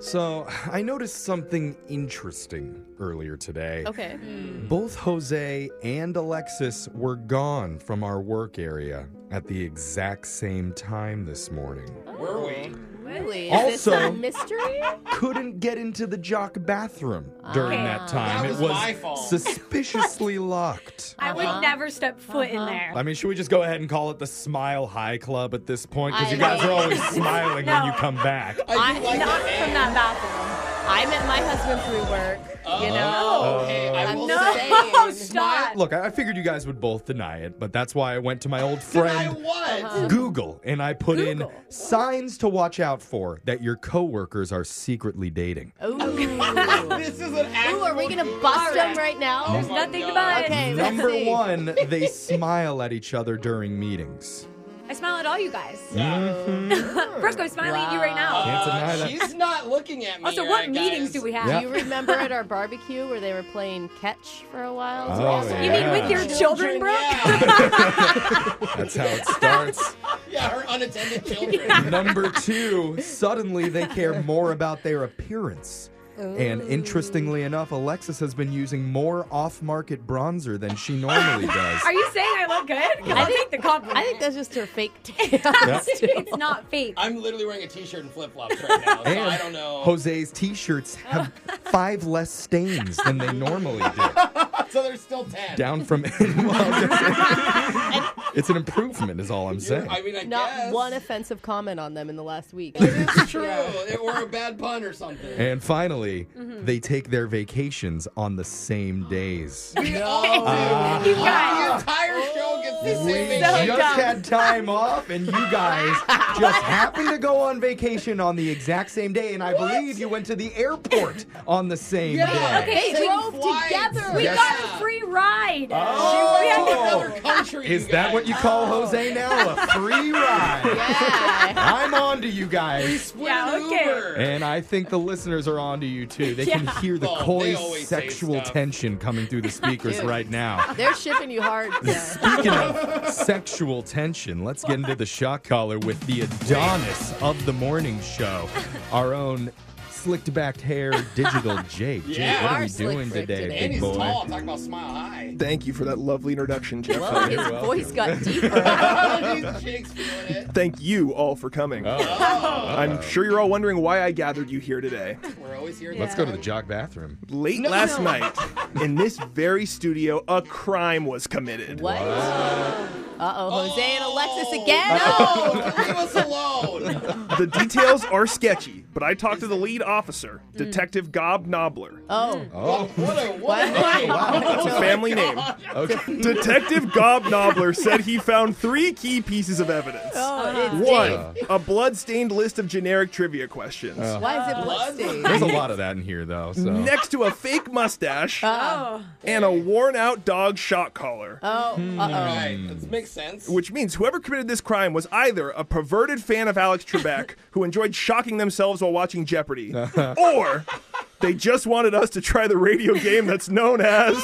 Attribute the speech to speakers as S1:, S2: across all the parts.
S1: So, I noticed something interesting earlier today.
S2: Okay.
S3: Mm.
S1: Both Jose and Alexis were gone from our work area at the exact same time this morning.
S3: Were we?
S2: Really? Is
S1: Also-
S2: this a mystery?
S1: Couldn't get into the jock bathroom during that time.
S3: That was
S1: it was
S3: my fault.
S1: suspiciously locked.
S4: I
S3: Uh-huh.
S4: would never step foot in there.
S1: I mean, should we just go ahead and call it the Smile High Club at this point? Because
S2: I
S1: you guys are
S2: know.
S1: always smiling when you
S4: No.
S1: come back.
S3: I do
S2: I-
S3: like
S4: Not
S3: that.
S4: from that bathroom.
S2: I met my husband through work.
S3: Oh,
S2: You know?
S3: okay, I
S2: I'm
S3: will
S2: not-
S3: say.
S2: Insane.
S4: No, Oh, stop.
S1: Look, I I figured you guys would both deny it, but that's why I went to my old
S3: Deny
S1: friend
S3: what?
S4: Uh-huh.
S1: Google and I put
S2: Google.
S1: in signs to watch out for that your coworkers are secretly dating.
S2: Ooh.
S3: This is an actual.
S2: Ooh, are we going to bust them right now?
S4: There's nothing to
S3: God.
S4: buy.
S2: Okay, let's
S1: Number
S2: see.
S1: one, they smile at each other during meetings.
S4: I smile at all you guys.
S1: Mhm.
S4: Frisco, I'm smiling at you right now.
S1: Can't deny
S3: Uh,
S1: that.
S3: she's not looking at me.
S4: Also,
S3: right,
S4: what meetings
S3: guys.
S4: do we have?
S1: Yeah.
S2: Do you remember at our barbecue where they were playing catch for a while?
S1: Oh,
S3: Also,
S1: You mean with your
S4: children, Brooke?
S3: Yeah,
S1: That's how it starts.
S3: yeah her unattended children.
S1: Number two, suddenly they care more about their appearance. And interestingly enough, Alexis has been using more off market bronzer than she normally does.
S4: Are you saying I look good? 'Cause I'll take the compliment.
S2: I think that's just her fake tan.
S4: it's not fake.
S3: I'm literally wearing a t-shirt and flip-flops right now, so I don't know.
S1: Jose's t-shirts have five less stains than they normally do.
S3: so there's still ten.
S1: Down from well, it's an improvement, is all I'm
S3: You're-
S1: saying.
S3: I mean, I
S2: Not
S3: guess.
S2: one offensive comment on them in the last week.
S3: It's true. It were a bad pun or something.
S1: And finally, they take their vacations on the same days.
S3: We all do.
S4: Oh, You
S3: the
S4: guys.
S3: entire show gets the
S1: Ah. We
S3: same
S1: just
S3: vacation.
S4: dumb.
S1: had time off, and you guys just happened to go on vacation on the exact same day. And I believe you went to the airport on the same
S3: Yeah,
S1: day.
S4: Okay,
S3: same
S4: we
S2: drove
S3: flights.
S2: together.
S4: We
S1: Yes.
S4: got a free ride.
S1: Oh.
S4: We
S3: She
S4: had
S3: went to
S4: to-
S3: another country.
S1: Is
S3: you
S1: that what you
S3: guys.
S1: call Jose now? A free ride?
S2: yeah.
S1: I'm on to you guys.
S3: What
S4: Yeah,
S3: an
S4: okay.
S3: Uber.
S1: And I think the listeners are on to you too. They can hear the
S3: Oh,
S1: coy
S3: they always say
S1: sexual
S3: stuff.
S1: tension coming through the speakers
S2: Dude.
S1: right now.
S2: They're shipping you hard. Yeah.
S1: Speaking of sexual tension, let's get into the shock collar with the Adonis of the morning show. Our own slicked backed hair digital Jake. Jake,
S3: Yeah.
S1: what
S2: Our
S1: are you
S2: slick
S1: doing
S2: Rick
S1: today,
S2: today.
S3: and
S1: big
S3: he's
S1: boy?
S3: tall. Talk about smile high.
S5: Thank you for that lovely introduction, Jeff.
S2: Well, his
S1: welcome.
S2: voice got deeper.
S3: Jake's feeling it.
S5: Thank you all for coming.
S3: Oh,
S5: I'm sure you're all wondering why I gathered you here today.
S3: we're always here.
S1: Let's go to the jock bathroom.
S5: Late last night, in this very studio, a crime was committed.
S2: what? Uh oh, Jose and Alexis again. Oh.
S3: No, Oh. leave us alone.
S5: The details are sketchy, but I talked to the lead officer, Detective Gob Knobler.
S2: Oh,
S1: Oh,
S3: What a what a
S2: What?
S3: name.
S5: It's a family name.
S1: okay.
S5: Detective Gob Knobler said he found three key pieces of evidence.
S1: Uh-huh.
S2: oh, it's
S5: One, a blood-stained list of generic trivia questions.
S2: Why is it bloodstained?
S1: Uh, There's a lot of that in here, though. So.
S5: Next to a fake mustache
S4: Oh.
S5: and a worn-out dog shock collar.
S1: Hmm.
S2: Oh,
S3: All
S2: uh
S3: right, that makes sense.
S5: Which means whoever committed this crime was either a perverted fan of Alex Trebek who enjoyed shocking themselves while watching Jeopardy, or they just wanted us to try the radio game that's known as.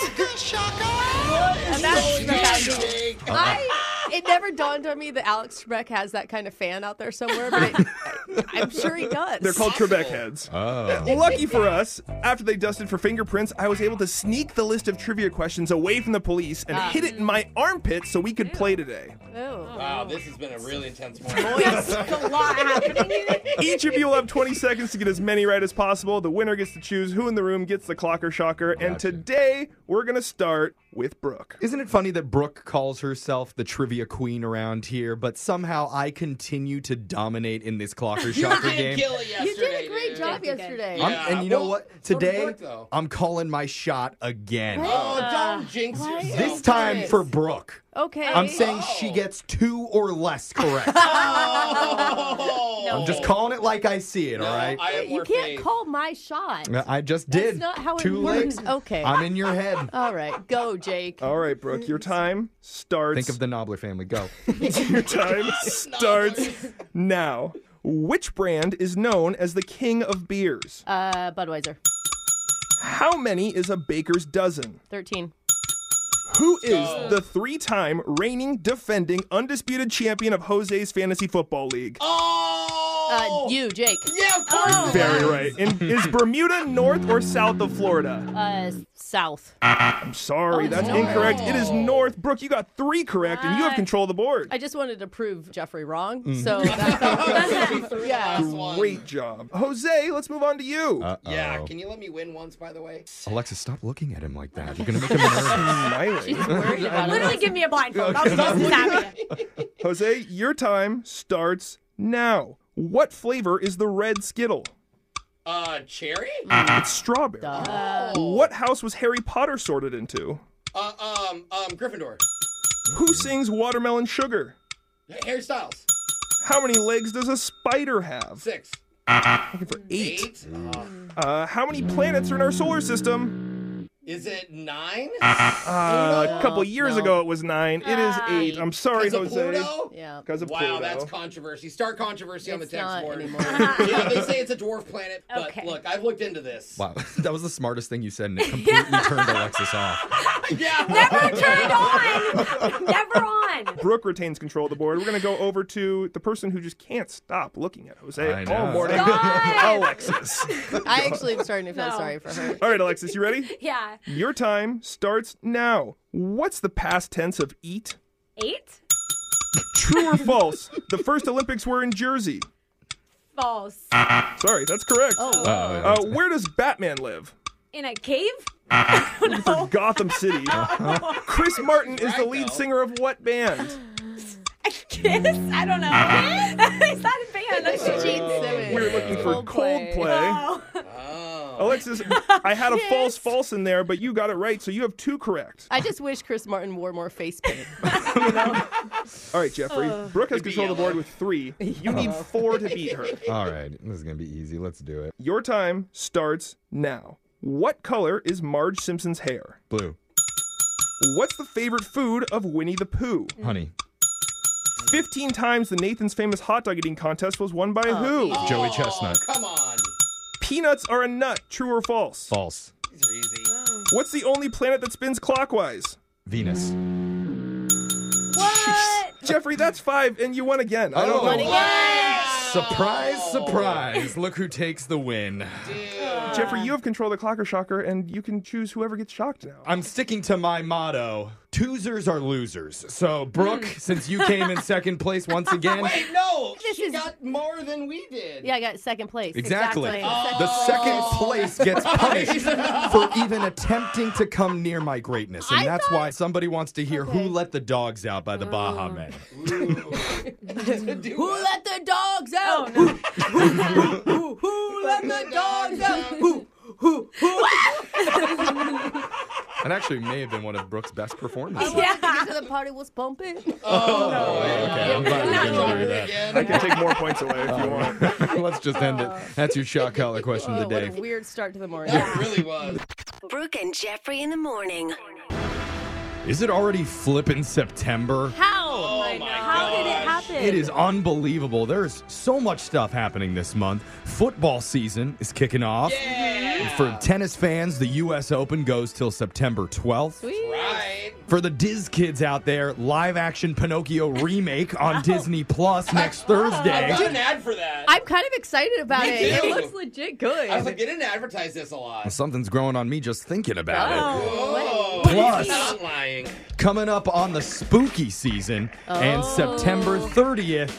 S3: Holy
S4: That's-
S3: Jake.
S1: Uh-huh.
S2: oh. I. It never dawned on me that Alex Trebek has that kind of fan out there somewhere, but it, I, am sure he does.
S5: They're called Trebek heads.
S1: Oh.
S5: Well, lucky for us, after they dusted for fingerprints, I was able to sneak the list of trivia questions away from the police and hid it in my armpit so we could play today.
S2: Oh.
S3: Wow, this has been a really intense morning.
S4: There's a lot happening here.
S5: Each of you will have 20 seconds to get as many right as possible. The winner gets to choose who in the room gets the clocker shocker. And
S1: Gotcha.
S5: today, we're going to start with Brooke.
S1: Isn't it funny that Brooke calls herself the trivia queen around here, but somehow I continue to dominate in this clocker
S3: You
S1: shocker
S3: did
S1: game?
S3: kill it yesterday.
S2: You did a great
S3: dude.
S2: job
S4: Thank you,
S2: yesterday.
S3: guys.
S1: I'm,
S3: Yeah,
S1: and you know
S3: well,
S1: what?
S3: so did
S1: Today,
S3: Brooke, though.
S1: I'm calling my shot again.
S3: Oh, don't jinx yourself.
S1: This time for Brooke.
S2: Okay.
S1: I'm saying she gets two or less correct.
S3: Oh.
S1: I'm just calling it like I see it,
S3: No,
S1: all right?
S3: I have
S2: You
S3: more
S2: can't
S3: faith.
S2: call my shot.
S1: I just
S2: That's
S1: did.
S2: not how it
S1: Too
S2: works.
S1: late.
S2: Okay.
S1: I'm in your head. Oh.
S2: All right, go, Jake.
S5: All right, Brooke, your time starts.
S1: Think of the Nobler family. Go.
S5: your time starts now. Which brand is known as the king of beers?
S2: Uh, Budweiser,
S5: How many is a baker's dozen?
S2: 13.
S5: Who is the three-time reigning, defending, undisputed champion of Jose's fantasy football league?
S3: Oh.
S2: Uh, you, Jake. Oh.
S3: Yeah, of course. it
S5: Very
S3: is.
S5: right. And is Bermuda north or south of Florida?
S6: Uh, South.
S5: I'm sorry, that's incorrect. It is north. Brooke, you got three correct, and you have control of the board.
S2: I just wanted to prove Jeffrey wrong.
S1: Mm-hmm.
S2: So that's
S3: Yeah.
S5: Great job. Jose, let's move on to you.
S1: Oh.
S3: Yeah, can you let me win once, by the way?
S1: Alexa, stop looking at him like that. You're gonna make him nervous.
S5: Smiling.
S6: Worried about it.
S4: Literally, give me a blindfold. I'll just stop it.
S5: Jose, your time starts now. What flavor is the red Skittle?
S3: Uh, cherry?
S5: It's
S1: Uh-huh.
S5: strawberry. What house was Harry Potter sorted into?
S3: Uh, um, um, Gryffindor.
S5: Who sings Watermelon Sugar?
S3: Harry Styles.
S5: How many legs does a spider have?
S3: Six.
S1: Uh-huh.
S5: Eight.
S3: Uh,
S5: Uh, how many planets are in our solar system?
S3: is it nine?
S1: Uh-huh.
S5: Uh, a couple years ago it was nine. It is eight. I'm sorry,
S3: Is it
S5: Jose.
S3: Pluto?
S2: yeah.
S5: Because of
S3: Wow,
S5: Pluto.
S3: that's controversy. Start controversy on the
S2: It's
S3: text
S2: not
S3: board.
S2: anymore.
S3: yeah, they say it's a dwarf planet, but
S4: Okay.
S3: look, I've looked into this.
S1: Wow, that was the smartest thing you said, and it completely turned Alexis off.
S3: Yeah.
S4: Never turned on. Never on.
S5: Brooke retains control of the board. We're going to go over to the person who just can't stop looking at
S1: I
S5: Jose all
S1: know.
S5: morning.
S4: Stop.
S5: Alexis.
S2: I actually am starting to feel
S4: No.
S2: sorry for her.
S5: All right, Alexis, you ready?
S4: Yeah.
S5: Your time starts now. What's the past tense of eat?
S4: Eight.
S5: True or false? The first Olympics were in Jersey.
S4: False.
S5: Sorry, that's correct.
S2: Oh,
S1: Uh,
S5: Uh, where does Batman live?
S4: In a cave?
S5: For Gotham City. Chris Martin is the
S3: Right,
S5: lead
S3: though.
S5: singer of what band?
S4: A kiss? I don't know. Is that a band? That's a
S2: Gene Simmons.
S5: We're looking for
S2: Coldplay.
S5: Coldplay.
S3: Oh.
S5: Alexis, I had a false false in there, but you got it right, so you have two correct.
S2: I just wish Chris Martin wore more face paint.
S5: All right, Jeffrey. Brooke has control of the board with three. You need four to beat her.
S1: all right, this is gonna be easy. Let's do it.
S5: Your time starts now. What color is Marge Simpson's hair?
S1: Blue,
S5: What's the favorite food of Winnie the Pooh?
S2: Mm.
S1: honey,
S5: 15 times the Nathan's Famous Hot Dog Eating Contest was won by who?
S3: Oh,
S1: Joey Chestnut.
S3: Come on.
S5: Peanuts are a nut, true or false?
S1: false,
S3: These are easy.
S5: What's the only planet that spins clockwise?
S1: Venus.
S4: What?
S5: Jeffrey, that's five, and you won again. I don't
S1: Oh.
S5: know.
S1: Won Surprise, surprise! Look who takes the win.
S5: Jeffrey, you have control of the clocker shocker, and you can choose whoever gets shocked now.
S1: I'm sticking to my motto: twosers are losers. So, Brooke,
S2: Mm.
S1: since you came in second place once again,
S3: Wait, no.
S2: This
S3: she
S2: is-
S3: got more than we did. Oh.
S2: Yeah, I got second place.
S1: Exactly.
S2: Second-
S1: The second place gets punished for even attempting to come near my greatness. And that's why somebody wants to hear Who Let the Dogs Out by the
S2: Oh.
S1: Baha Men.
S2: Who let the dogs
S3: Oh,
S2: out? who, who let the dogs out? Who? Who? Who?
S1: That actually may have been one of Brooke's best performances.
S4: Yeah.
S2: the party was pumping.
S3: Oh.
S1: Oh, Okay, I'm glad we didn't hear that.
S5: I can take more points away if you want.
S1: Let's just end it. That's your shock collar question
S2: Oh,
S1: of the
S2: what a
S1: day.
S2: weird start to the morning.
S3: That really was.
S7: Brooke and Jeffrey in the morning.
S1: Is it already flippin' September?
S4: How?
S3: Oh my
S4: How did it
S3: gosh.
S4: happen?
S1: It is unbelievable. There's so much stuff happening this month. Football season is kicking off. For tennis fans, the U.S. Open goes till September 12th.
S3: Right.
S1: For the Diz kids out there, live action Pinocchio remake on Disney Plus next
S3: I got
S1: Thursday.
S3: an ad for Oh. that.
S2: I'm kind of excited about
S3: Me
S2: it. It
S3: too.
S2: looks legit
S3: I was
S2: good.
S3: like, they didn't advertise this a lot.
S1: Something's growing on me just thinking about it.
S3: Oh,
S1: Plus-
S3: he's not lying.
S1: Coming up on the spooky season and
S2: Oh.
S1: September 30th,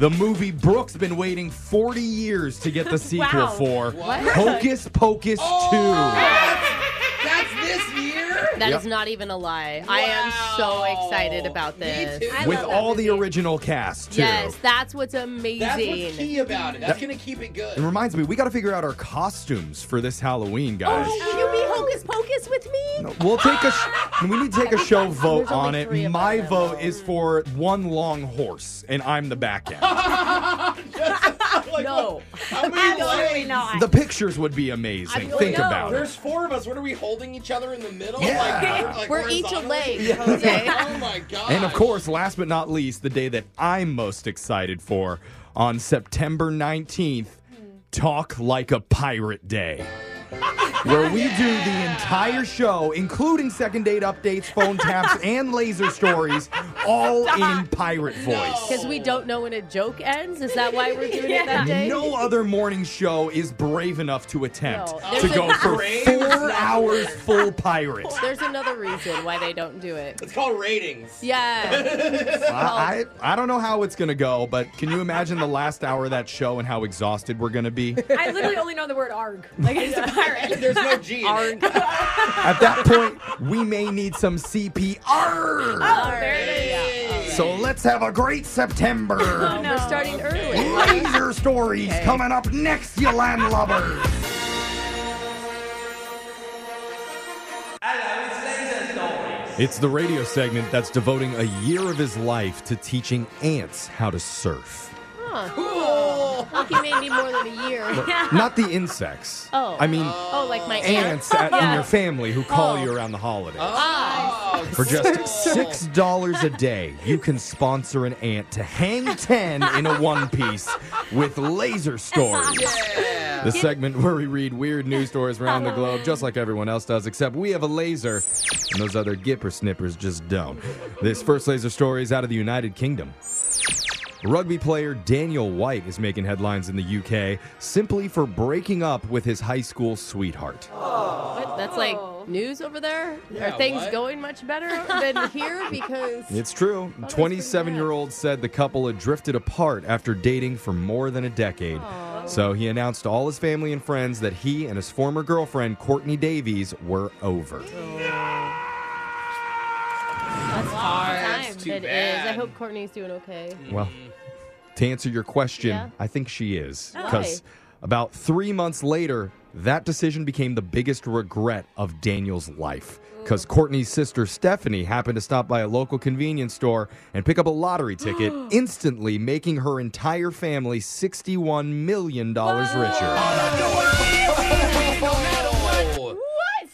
S1: the movie Brooke's been waiting 40 years to get the sequel
S4: Wow.
S1: for Hocus Pocus
S2: Oh,
S1: 2.
S3: Oh, That's this year?
S2: That is
S1: Yep.
S2: not even a lie. I am so
S3: Wow.
S2: excited about
S3: Me
S2: this.
S3: too.
S4: I
S1: With
S4: love that
S1: all the
S4: movie.
S1: original cast, too.
S2: Yes, that's what's amazing.
S3: That's what's key about it. That's going to keep it good.
S1: It reminds me, we got to figure out our costumes for this
S2: Oh,
S1: Halloween, guys.
S2: Will you be hocus pocus with me?
S1: We'll take a sh- we need to take a show vote
S2: There's only
S1: on it.
S2: three of
S1: My
S2: them,
S1: vote is for one long horse, and I'm the back end.
S3: Like,
S2: No.
S3: How many
S4: Absolutely
S3: legs?
S4: not.
S1: the pictures would be amazing.
S2: Oh I
S1: Think
S2: know.
S1: about it.
S3: There's four of us. What are we holding each other in the middle?
S1: Yeah.
S3: Like, like
S2: We're each a
S3: horizontally?
S2: leg, Jose.
S3: Oh my god.
S1: And of course, last but not least, the day that I'm most excited for on September 19th, Talk Like a Pirate Day. where we do the entire show, including second date updates, phone taps, and laser stories, all in pirate voice.
S2: Because we don't know when a joke ends. Is that why we're doing it
S4: Yeah.
S2: that day?
S1: No other morning show is brave enough to attempt
S2: No,
S1: to
S2: there's
S1: go
S2: a-
S1: for
S3: Brave?
S1: four hours full pirate.
S2: There's another reason why they don't do it.
S3: It's called ratings.
S2: Yeah.
S1: I, I, I don't know how it's going to go, but can you imagine the last hour of that show and how exhausted we're going to be?
S4: I literally only know the word arg. Like it's a pirate.
S3: There's no G. in it.
S1: At that point, we may need some CPR.
S4: Oh, there it is.
S1: So let's have a great September.
S2: Oh, We're starting early.
S1: Laser stories coming up next, you landlubbers. It's the radio segment that's devoting a year of his life to teaching ants how to surf.
S2: Lucky maybe more than a year.
S1: Not the insects.
S6: Oh.
S1: I mean,
S6: Oh, like my
S1: ants at, in your family who call you around the holidays.
S3: Oh,
S1: For just six dollars a day, you can sponsor an ant to hang ten in a one piece with laser stories. The segment where we read weird news stories around the globe, just like everyone else does, except we have a laser, and those other gipper snippers just don't. This first laser story is out of the United Kingdom. Rugby player Daniel White is making headlines in the UK simply for breaking up with his high school sweetheart.
S2: What? That's like news over there.
S3: Yeah,
S2: Are things
S3: what?
S2: going much better than here? Because
S1: It's true. 27 year old said the couple had drifted apart after dating for more than a decade. So he announced to all his family and friends that he and his former girlfriend, Courtney Davies, were over.
S6: That's hard.
S3: That's too
S6: It is.
S3: bad.
S2: I hope Courtney's doing okay.
S1: Well, Mm-hmm. to answer your question,
S6: Yeah.
S1: I think she is.
S2: Why?
S1: Because about three months later, that decision became the biggest regret of Daniel's life.
S2: Mm.
S1: Because Courtney's sister Stephanie happened to stop by a local convenience store and pick up a lottery ticket, instantly making her entire family $61 million richer.
S3: Oh.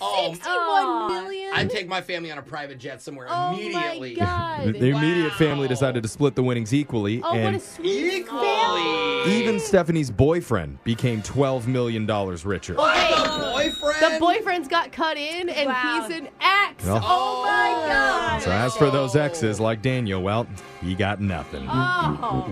S3: Oh,
S2: Sixty-one million.
S3: I'd take my family on a private jet somewhere
S2: Oh
S3: immediately.
S2: my god.
S1: The immediate family
S3: Wow.
S1: decided to split the winnings equally,
S2: oh, what a
S1: and
S2: sweet.
S3: Equally.
S1: even Stephanie's boyfriend became $12 million richer.
S3: The boyfriend.
S2: Oh, The boyfriend's got cut in, and
S4: Wow.
S2: he's an ex.
S1: Well.
S2: Oh my god.
S1: So as for those exes like Daniel, well, he got nothing.
S2: Oh.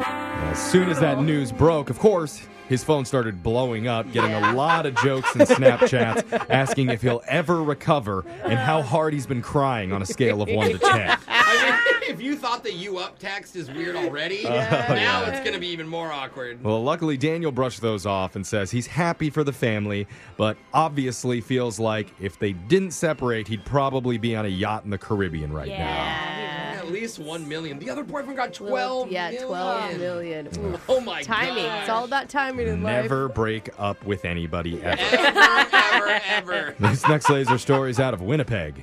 S1: As soon as that news broke, of course, his phone started blowing up, getting a lot of jokes and Snapchats asking if he'll ever recover and how hard he's been crying on a scale of 1 to 10.
S3: I mean, if you thought the you up text is weird already, now it's going to be even more awkward.
S1: Well, luckily, Daniel brushed those off and says he's happy for the family, but obviously feels like if they didn't separate, he'd probably be on a yacht in the Caribbean right
S6: Yeah.
S3: At least one million. The other boyfriend got twelve.
S2: Yeah,
S3: million.
S2: twelve million. Ooh.
S3: Oh my
S2: Timing.
S3: gosh.
S2: It's all about timing in
S1: now.
S2: life.
S1: Never break up with anybody ever.
S3: ever, ever, ever.
S1: This next laser story is out of Winnipeg.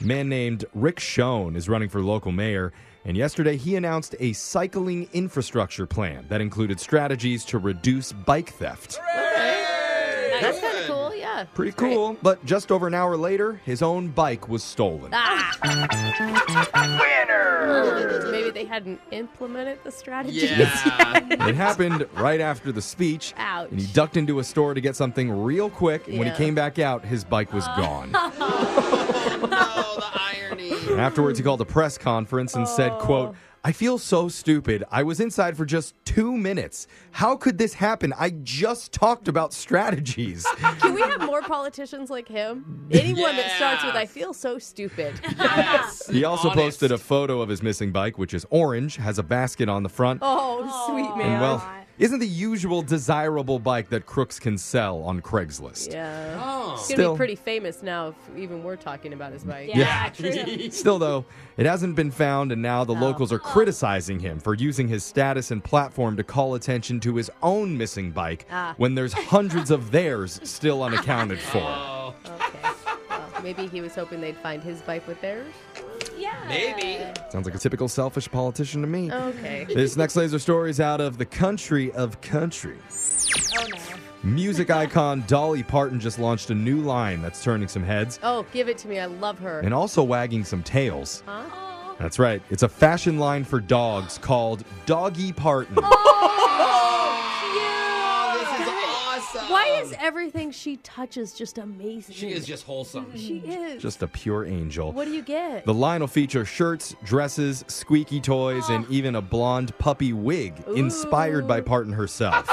S1: A man named Rick Schoen is running for local mayor, and yesterday he announced a cycling infrastructure plan that included strategies to reduce bike theft.
S2: That's kind of cool. Yeah.
S1: Pretty cool, but just over an hour later, his own bike was stolen.
S2: Ah. Maybe they hadn't implemented the strategy.
S3: Yeah.
S1: It happened right after the speech,
S2: Ouch.
S1: and he ducked into a store to get something real quick, and when he
S2: Yeah.
S1: came back out, his bike was gone.
S3: oh, the irony.
S1: And afterwards, he called a press conference and said, quote, I feel so stupid. I was inside for just two minutes. How could this happen? I just talked about strategies.
S2: Can we have more politicians like him? Anyone that starts with
S3: Yeah.
S2: "I feel so stupid."
S3: Yes.
S1: he also
S3: Honest.
S1: posted a photo of his missing bike, which is orange, has a basket on the front.
S2: Oh, sweet man.
S1: and well, isn't the usual desirable bike that crooks can sell on Craigslist?
S2: yeah.
S3: Oh.
S2: He's gonna
S1: Still-
S2: be pretty famous now if even we're talking about his bike.
S1: Yeah.
S4: true.
S1: Still, though, it hasn't been found, and now the locals are criticizing him for using his status and platform to call attention to his own missing bike when there's hundreds of theirs still unaccounted for.
S3: Oh,
S2: Okay. Well, maybe he was hoping they'd find his bike with theirs.
S4: Yeah.
S3: maybe.
S1: Sounds like a typical selfish politician to me.
S2: Okay.
S1: This next laser story is out of the country of country. Music icon Dolly Parton just launched a new line that's turning some heads
S2: Oh, give it to me. I love her.
S1: and also wagging some tails. That's right. It's a fashion line for
S2: Oh,
S1: dogs called Doggy Parton.
S3: Oh, this is awesome.
S2: Why is everything she touches just amazing?
S3: She is just wholesome.
S2: She is.
S1: Just a pure angel.
S2: What do you get?
S1: The line will feature shirts, dresses, squeaky toys, and even a blonde puppy wig inspired by Parton herself.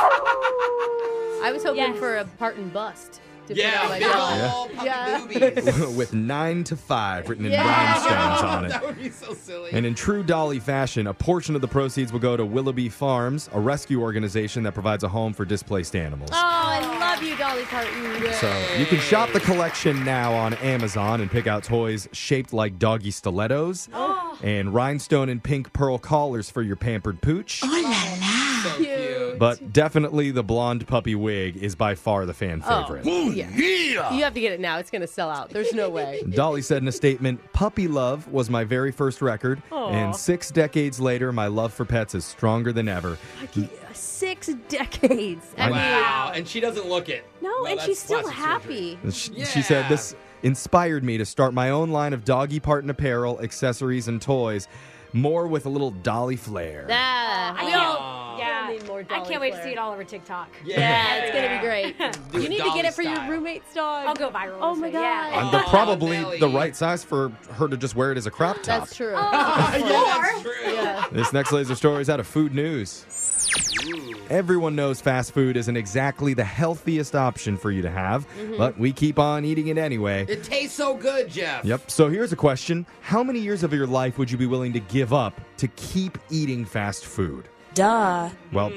S2: I was hoping
S6: Yes.
S2: for a Parton bust. To put on
S3: Yeah,
S2: my
S3: big
S2: doll.
S3: old puppy
S2: Yeah.
S3: boobies.
S1: With nine to five written in
S2: Yeah.
S1: rhinestones on it.
S3: that would be so silly.
S1: And in true Dolly fashion, a portion of the proceeds will go to Willoughby Farms, a rescue organization that provides a home for displaced animals.
S2: Oh, I love you, Dolly Parton.
S1: So you can shop the collection now on Amazon and pick out toys shaped like doggy stilettos
S3: Oh.
S1: and rhinestone and pink pearl collars for your pampered pooch.
S3: so cute.
S1: But definitely the blonde puppy wig is by far the fan
S3: Oh,
S1: favorite.
S2: Oh, You have to get it now. It's going to sell out. There's no way.
S1: Dolly said in a statement, Puppy Love was my very first record, and six decades later, my love for pets is stronger than ever.
S2: Six decades. I
S3: Wow, and she doesn't look it.
S2: No, and
S3: that's
S2: she's still
S3: plastic surgery.
S2: happy.
S1: And She, she said,
S3: Yeah.
S1: This inspired me to start my own line of doggy part and apparel, accessories, and toys, more with a little Dolly flair.
S2: Ah,
S6: I
S2: we
S6: can't-
S2: all-
S6: yeah.
S2: need more
S6: I
S2: Dolly
S6: can't wait to
S2: Flair.
S6: see it all over TikTok.
S2: yeah, it's going to be great.
S3: Do
S2: you
S3: it
S2: need to get
S3: Dolly
S2: it for
S3: style.
S2: your roommate's dog.
S6: I'll go viral.
S2: Oh
S6: this
S2: my
S6: way, yeah.
S2: God.
S1: And the,
S3: Oh,
S1: probably
S3: Nelly.
S1: the right size for her to just wear it as a crop top.
S2: That's
S6: Oh,
S2: true.
S3: Yeah, that's true.
S1: This next laser story is out of food news. Everyone knows fast food isn't exactly the healthiest option for you to have, but we keep on eating it anyway.
S3: It tastes so good, Jeff.
S1: Yep. So here's a question How many years of your life would you be willing to give up to keep eating fast food?
S7: Duh.
S1: Well,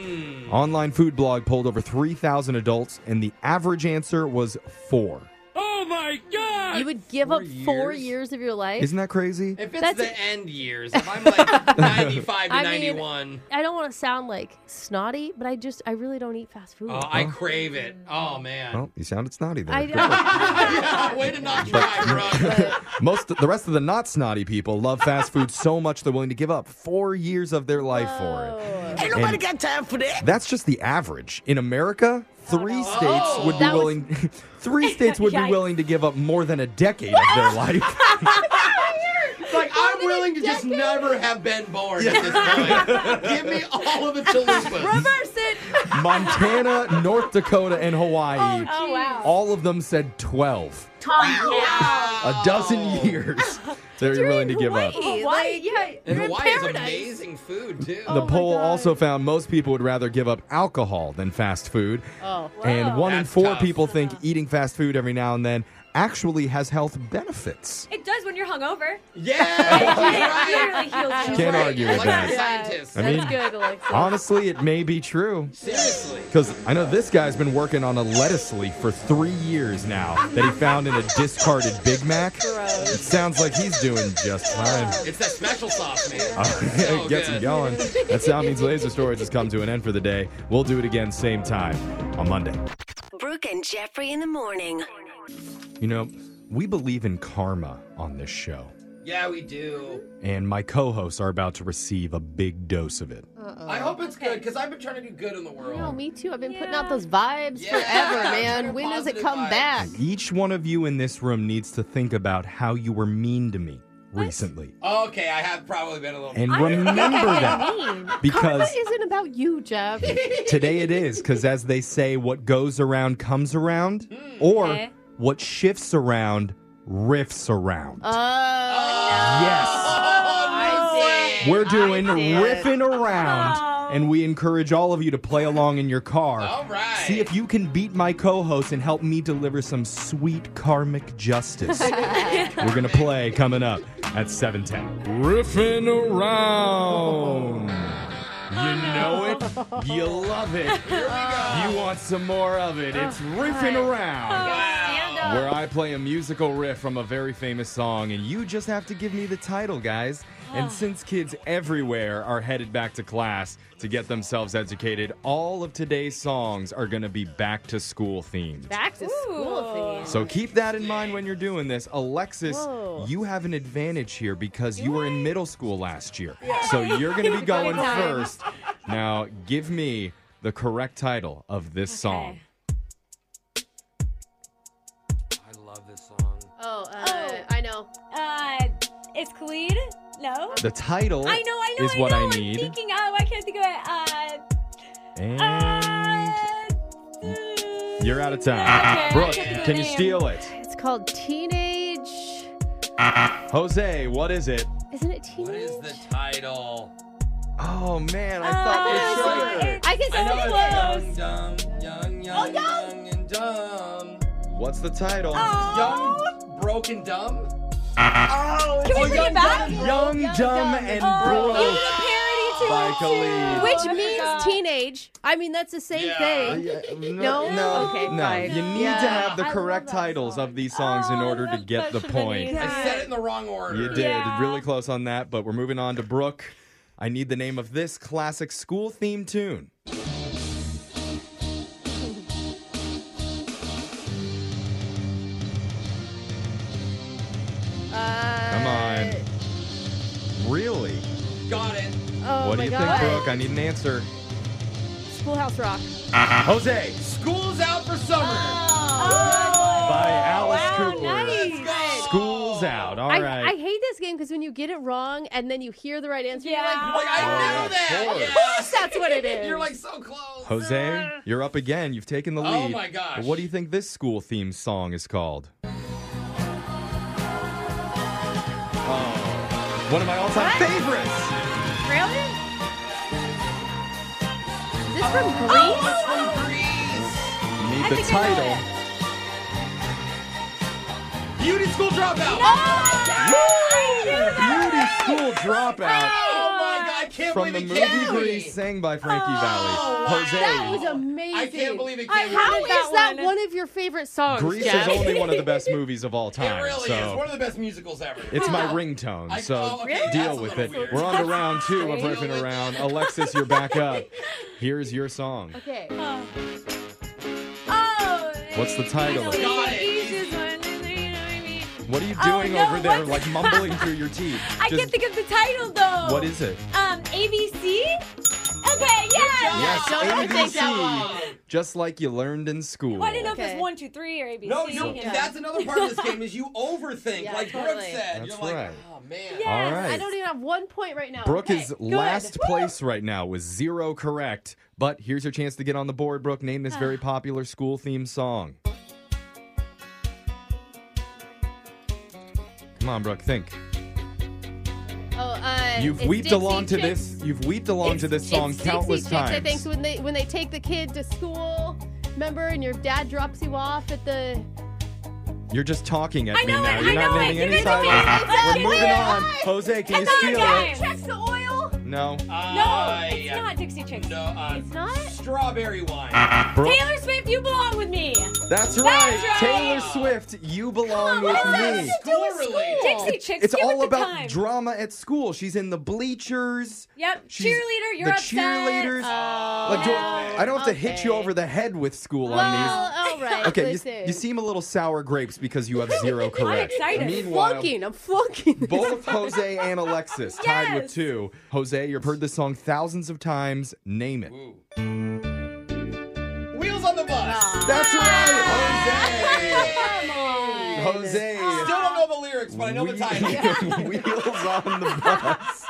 S1: online food blog polled over 3,000 adults, and the average answer was four.
S3: Oh
S2: You would give up four years of your life?
S1: Isn't that crazy?
S3: If it's
S2: That's-
S3: the end years, if I'm like 95 to
S2: I mean,
S3: 91,
S2: I don't want to sound like snotty, but I just, I really don't eat fast food.
S3: oh, I crave it. Oh, man.
S1: Well, you sounded snotty there.
S2: I
S1: Good work.
S3: yeah, way to not try, bro.
S1: Most the rest of the not snotty people love fast food so much they're willing to give up four years of their life for it.
S2: Oh.
S1: Ain't nobody got time for that. That's just the average. In America, three states would be
S2: Oh, That was-
S1: willing. three states would be
S6: Yikes.
S1: willing to give up more than a decade of their life.
S3: It's like, I'm willing to just never have been born at this point. Give me all of the chalupas.
S2: Reverse it.
S1: Montana, North Dakota, and Hawaii.
S6: Oh wow.
S1: all of them said twelve. A
S2: Oh.
S1: dozen years. They're willing to give up.
S2: Hawaii,
S6: Oh, Why?
S2: like-
S6: Yeah.
S3: And
S2: You're in
S3: Hawaii is
S2: paradise.
S3: amazing food, too.
S1: The
S2: Oh,
S6: Oh,
S2: my
S1: poll
S2: God.
S1: also found most people would rather give up alcohol than fast food.
S2: Oh.
S1: And one in
S3: That's
S1: four
S3: tough.
S1: people think eating fast food every now and then actually has health benefits.
S6: It does when you're hungover.
S3: Yeah, that's right.
S6: Literally heals you.
S1: Can't
S3: Right,
S1: argue
S3: like
S1: with
S3: a
S1: that.
S3: scientist.
S1: I mean-
S2: That's good, Alexa.
S1: Honestly, it may be true.
S3: Seriously.
S1: Because I know this guy's been working on a lettuce leaf for three years now that he found in a discarded Big Mac. It sounds like he's doing just fine.
S3: It's that special sauce, man.
S1: It gets him going. That sound means Laser Storage has come to an end for the day. We'll do it again same time on Monday.
S7: Brooke and Jeffrey in the morning.
S1: You know, we believe in karma on this show,
S3: Yeah, we do.
S1: and my co-hosts are about to receive a big dose of it.
S3: I hope it's good because I've been trying to do good in the world.
S2: No, me too. I've been putting out those vibes
S3: Yeah.
S2: forever,
S3: Your
S2: man. When does it
S3: positive
S2: come
S3: vibes.
S2: back?
S1: Each one of you in this room needs to think about how you were mean to me recently,
S3: Okay, I have probably been a little.
S1: and remember that
S6: Mean.
S1: because
S2: Karma isn't about you, Jeff.
S1: today it is. Because as they say, what goes around comes around, or
S6: Okay.
S1: what shifts around rifts around.
S2: Oh,
S1: yes.
S3: Oh,
S1: We're doing
S2: see it.
S1: riffing around, and we encourage all of you to play along in your car.
S3: All right.
S1: See if you can beat my co host and help me deliver some sweet karmic justice. We're going to play coming up at 710. Riffing around. You know it, you love it. You want some more of it. It's riffing around
S3: wow.
S1: where I play a musical riff from a very famous song, and you just have to give me the title, guys. And since kids everywhere are headed back to class to get themselves educated, all of today's songs are going to be back to school themed.
S2: back to school thing.
S1: so keep that in mind when you're doing this. Alexis,
S2: Whoa.
S1: you have an advantage here because you were in middle school last year. So you're going to be going
S6: time.
S1: first. Now, give me the correct title of this song.
S3: I love this song.
S2: Oh, uh, I know.
S6: Uh, it's Khalid. No.
S1: The title
S6: I know. I know.
S1: is
S6: I know.
S1: what I
S6: am
S1: need.
S6: thinking. Oh, I can't think of it. Uh,
S1: And
S6: uh,
S1: You're out of
S6: Okay,
S1: time.
S6: I
S1: Ah, Brooke,
S6: took the
S1: can you
S6: name.
S1: steal it?
S2: It's called Teenage.
S1: Jose, what is it?
S2: Isn't it
S3: What
S2: Teenage?
S3: is the title?
S1: Oh man, I
S6: Oh,
S1: thought for sure.
S6: it's-
S2: I can
S3: I
S2: say
S3: know
S2: it
S3: it's
S2: close.
S3: young, dumb, young,
S2: Oh,
S3: young, young, and dumb.
S1: What's the title?
S3: Oh.
S2: Oh.
S3: Young, broken, dumb.
S6: Can we
S3: Oh,
S6: bring
S3: young,
S6: it back?
S3: dumb,
S1: Ah. Young, dumb, and broke
S6: Oh, you did a
S1: by
S6: parody to it, Oh
S1: Khalid.
S6: too.
S2: Which
S6: I
S2: means
S6: forgot.
S2: teenage. I mean, that's the same
S3: Yeah.
S2: thing.
S1: Oh, No,
S2: No?
S1: no,
S2: Okay,
S1: no.
S2: fine.
S1: You need
S2: Yeah.
S1: to have the
S6: I love
S1: correct
S6: that
S1: titles
S6: song.
S1: of these songs in
S6: Oh,
S1: order to
S6: that- that
S1: get the
S6: should've been
S1: point.
S6: easy.
S3: I said it in the wrong order.
S1: You did
S6: Yeah.
S1: really close on that, but we're moving on to Brooke. I need the name of this classic school themed tune.
S2: Uh,
S1: Come on. Really?
S3: Got it.
S2: Oh
S1: what do
S2: my
S1: you
S2: God.
S1: think, Brooke? I need an answer.
S2: Schoolhouse Rock.
S1: Jose
S3: School's out for summer.
S6: Oh.
S1: by Alice Cooper.
S2: nice.
S3: Go!
S1: School's out. All
S2: I,
S1: right.
S2: I hate this game because when you get it wrong and then you hear the right answer,
S6: Yeah.
S2: you're
S3: Like
S2: like,
S3: I
S1: Oh,
S3: knew that.
S1: of
S3: Yeah.
S2: "Yes, that's what it is.
S3: You're like so close.
S1: Jose, you're up again. You've taken the
S3: Oh
S1: lead.
S3: my gosh.
S1: What do you think this school themed song is called? Oh, one of my all time favorites.
S6: Really?
S2: is this
S6: Oh,
S2: from Greece? Oh
S3: From Greece.
S1: You need
S6: I
S1: the
S6: think I know
S1: title.
S6: it.
S3: Beauty school dropout.
S1: Beauty School Dropout
S3: Oh my god! I can't
S1: from the
S3: believe
S1: movie
S3: it can't be.
S1: Greece, sang by Frankie
S3: Oh,
S1: Valley. Jose.
S2: That was
S3: Wow.
S2: amazing.
S3: I can't believe it
S2: I
S3: can't
S2: How
S6: be.
S2: is
S6: That
S2: that
S6: one.
S2: one of your favorite songs?
S1: Grease
S2: Jeff?
S1: is only one of the best movies of all time.
S3: It really
S1: so
S3: is one of the best musicals ever.
S1: it's my ringtone.
S3: I-
S1: So
S3: oh, okay, that's
S1: deal
S3: a
S1: with
S3: little
S1: it.
S3: weird.
S1: We're on to round two of
S3: Deal
S1: riffing
S3: with
S1: around. Alexis, you're back up. Here's your song.
S2: Okay.
S6: Oh.
S1: What's the title?
S3: Got it.
S1: What are you
S6: Oh,
S1: doing
S6: no,
S1: over there,
S6: what's-
S1: like mumbling through your teeth?
S6: I can't think of the title though.
S1: What is it?
S6: Um, ABC? Okay, yeah.
S1: Yes,
S2: don't
S1: ABC.
S2: take that long.
S1: Just like you learned in school.
S6: Well, I didn't know if it
S2: Okay.
S6: was one, two, three, or ABC.
S3: No, you're,
S6: Yeah.
S3: that's another part of this game is you overthink,
S2: Yeah,
S3: like Brooke
S2: totally.
S3: said. you're
S1: That's
S3: like,
S1: right.
S3: oh man.
S6: Yeah.
S1: All
S6: Yes,
S1: right.
S2: I don't even have one point right now.
S1: Brooke
S2: Okay,
S1: is
S2: good.
S1: last
S2: Woo!
S1: place right now with zero correct. But here's your chance to get on the board, Brooke. Name this very popular school theme song. Come on, Brooke, think.
S2: Oh, uh,
S1: You've
S2: it's
S1: weeped
S2: Dixie
S1: along to
S2: Chicks.
S1: this. You've weeped along to this
S2: It's
S1: song
S2: Dixie
S1: countless
S2: Chicks,
S1: times.
S2: I think so when they when they take the kid to school, remember, and your dad drops you off at the.
S1: You're just talking at
S6: I
S1: me
S6: know
S1: now.
S6: it,
S1: You're
S6: I
S1: not
S6: know it.
S1: naming
S6: You
S1: any
S6: guys are being
S1: titles.
S6: exactly
S1: We're moving
S6: right.
S1: on. Jose, can you
S6: Another
S1: steal
S6: game.
S1: it?
S6: Tracks the oil. No,
S1: No.
S3: I-
S6: it's not Dixie Chicks.
S3: No, uh,
S2: It's not.
S3: strawberry wine.
S1: Brooke.
S6: Taylor Swift, you belong with me.
S1: That's right.
S6: right.
S1: Taylor Swift, you belong
S6: Come on,
S1: with
S6: what
S1: me.
S6: is that?
S3: School related.
S6: Dixie Chicks.
S1: It's
S6: give
S1: all
S6: it the
S1: about
S6: time.
S1: drama at school. She's in the bleachers.
S6: Yep.
S1: She's
S6: cheerleader, you're
S1: the
S6: upset.
S1: cheerleaders.
S2: Uh,
S1: like, do I, I don't have to hit you
S2: okay.
S1: over the head with school on
S2: Well, all right.
S1: these. Okay,
S2: listen.
S1: you, you seem a little sour grapes because you have zero correct.
S6: excited.
S1: Meanwhile,
S2: flunking. I'm flunking. this.
S1: both Jose and Alexis tied with
S6: Yes.
S1: two. Jose, you've heard this song thousands of times. Name it.
S3: Ooh. Wheels on the bus.
S1: That's right,
S3: Hey.
S1: Jose. Jose.
S3: Still don't know the lyrics, but I know the title.
S1: Wheels on the bus.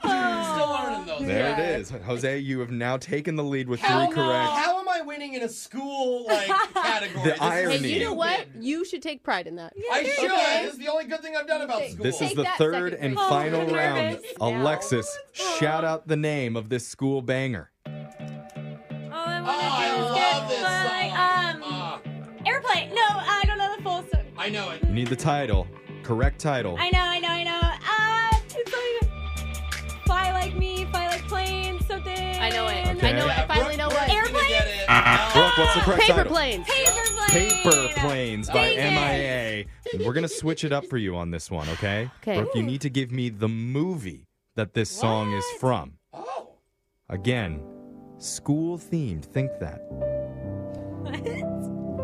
S3: Still learning those.
S1: There it is. Jose, you have now taken the lead with
S3: How,
S1: three correct.
S3: how am I winning in a school like category?
S1: The
S3: This is
S1: irony.
S2: Hey, you know
S1: Win.
S2: what? You should take pride in that.
S3: I should.
S2: Okay.
S3: This is the only good thing I've done about school.
S1: This is
S2: Take
S1: the
S2: that
S1: third
S2: second
S1: and
S2: place.
S6: Oh,
S1: final
S6: I'm
S1: round.
S6: nervous.
S2: Now.
S1: Alexis, shout out the name of this school banger.
S6: Oh, I
S3: Oh, I love this song.
S6: Like, um,
S3: Ah,
S6: airplane. No, I don't know the full. So-
S3: I know it.
S1: You need the title. Correct title.
S6: I know, I know, I know. Uh, it's like fly like me, fly like planes, something.
S2: I know it.
S1: Okay.
S2: I know it. I finally know what.
S6: Brooke-
S3: Airplane. Get it.
S1: Brooke, what's the correct
S2: Paper
S1: title?
S2: planes.
S6: Paper plane.
S1: Paper Planes by
S6: Dang it.
S1: MIA. We're going to switch it up for you on this one, okay?
S2: 'Kay.
S1: Brooke, you need to give me the movie that this song is from.
S3: Oh.
S1: Again, school themed. Think that.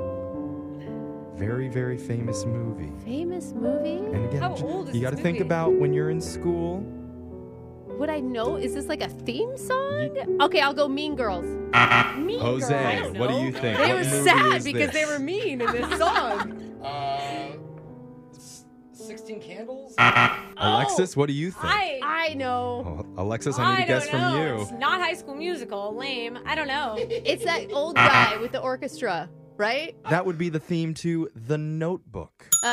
S1: Very, very famous movie.
S2: Famous movie?
S1: And again,
S6: How
S1: ju-
S6: old is
S1: you
S6: this
S1: got to think
S6: movie?
S1: about when you're in school.
S2: Would I know? Is this like a theme song? Okay, I'll go Mean Girls.
S6: Mean
S1: Jose,
S6: Girls.
S1: what do you think?
S2: They
S1: What
S2: were
S1: movie
S2: sad
S1: is
S2: because they
S1: this?
S2: were mean in this song.
S3: Uh, s- 16 candles?
S1: Alexis, what do you think?
S6: I.
S2: I know.
S1: Oh, Alexis, I need
S6: don't
S1: a guess
S6: know.
S1: from
S6: It's
S1: you.
S6: not High School Musical. Lame. I don't know.
S1: Ah.
S2: It's that old guy with the orchestra. right?
S1: That would be the theme to The Notebook.
S8: Oh.
S1: The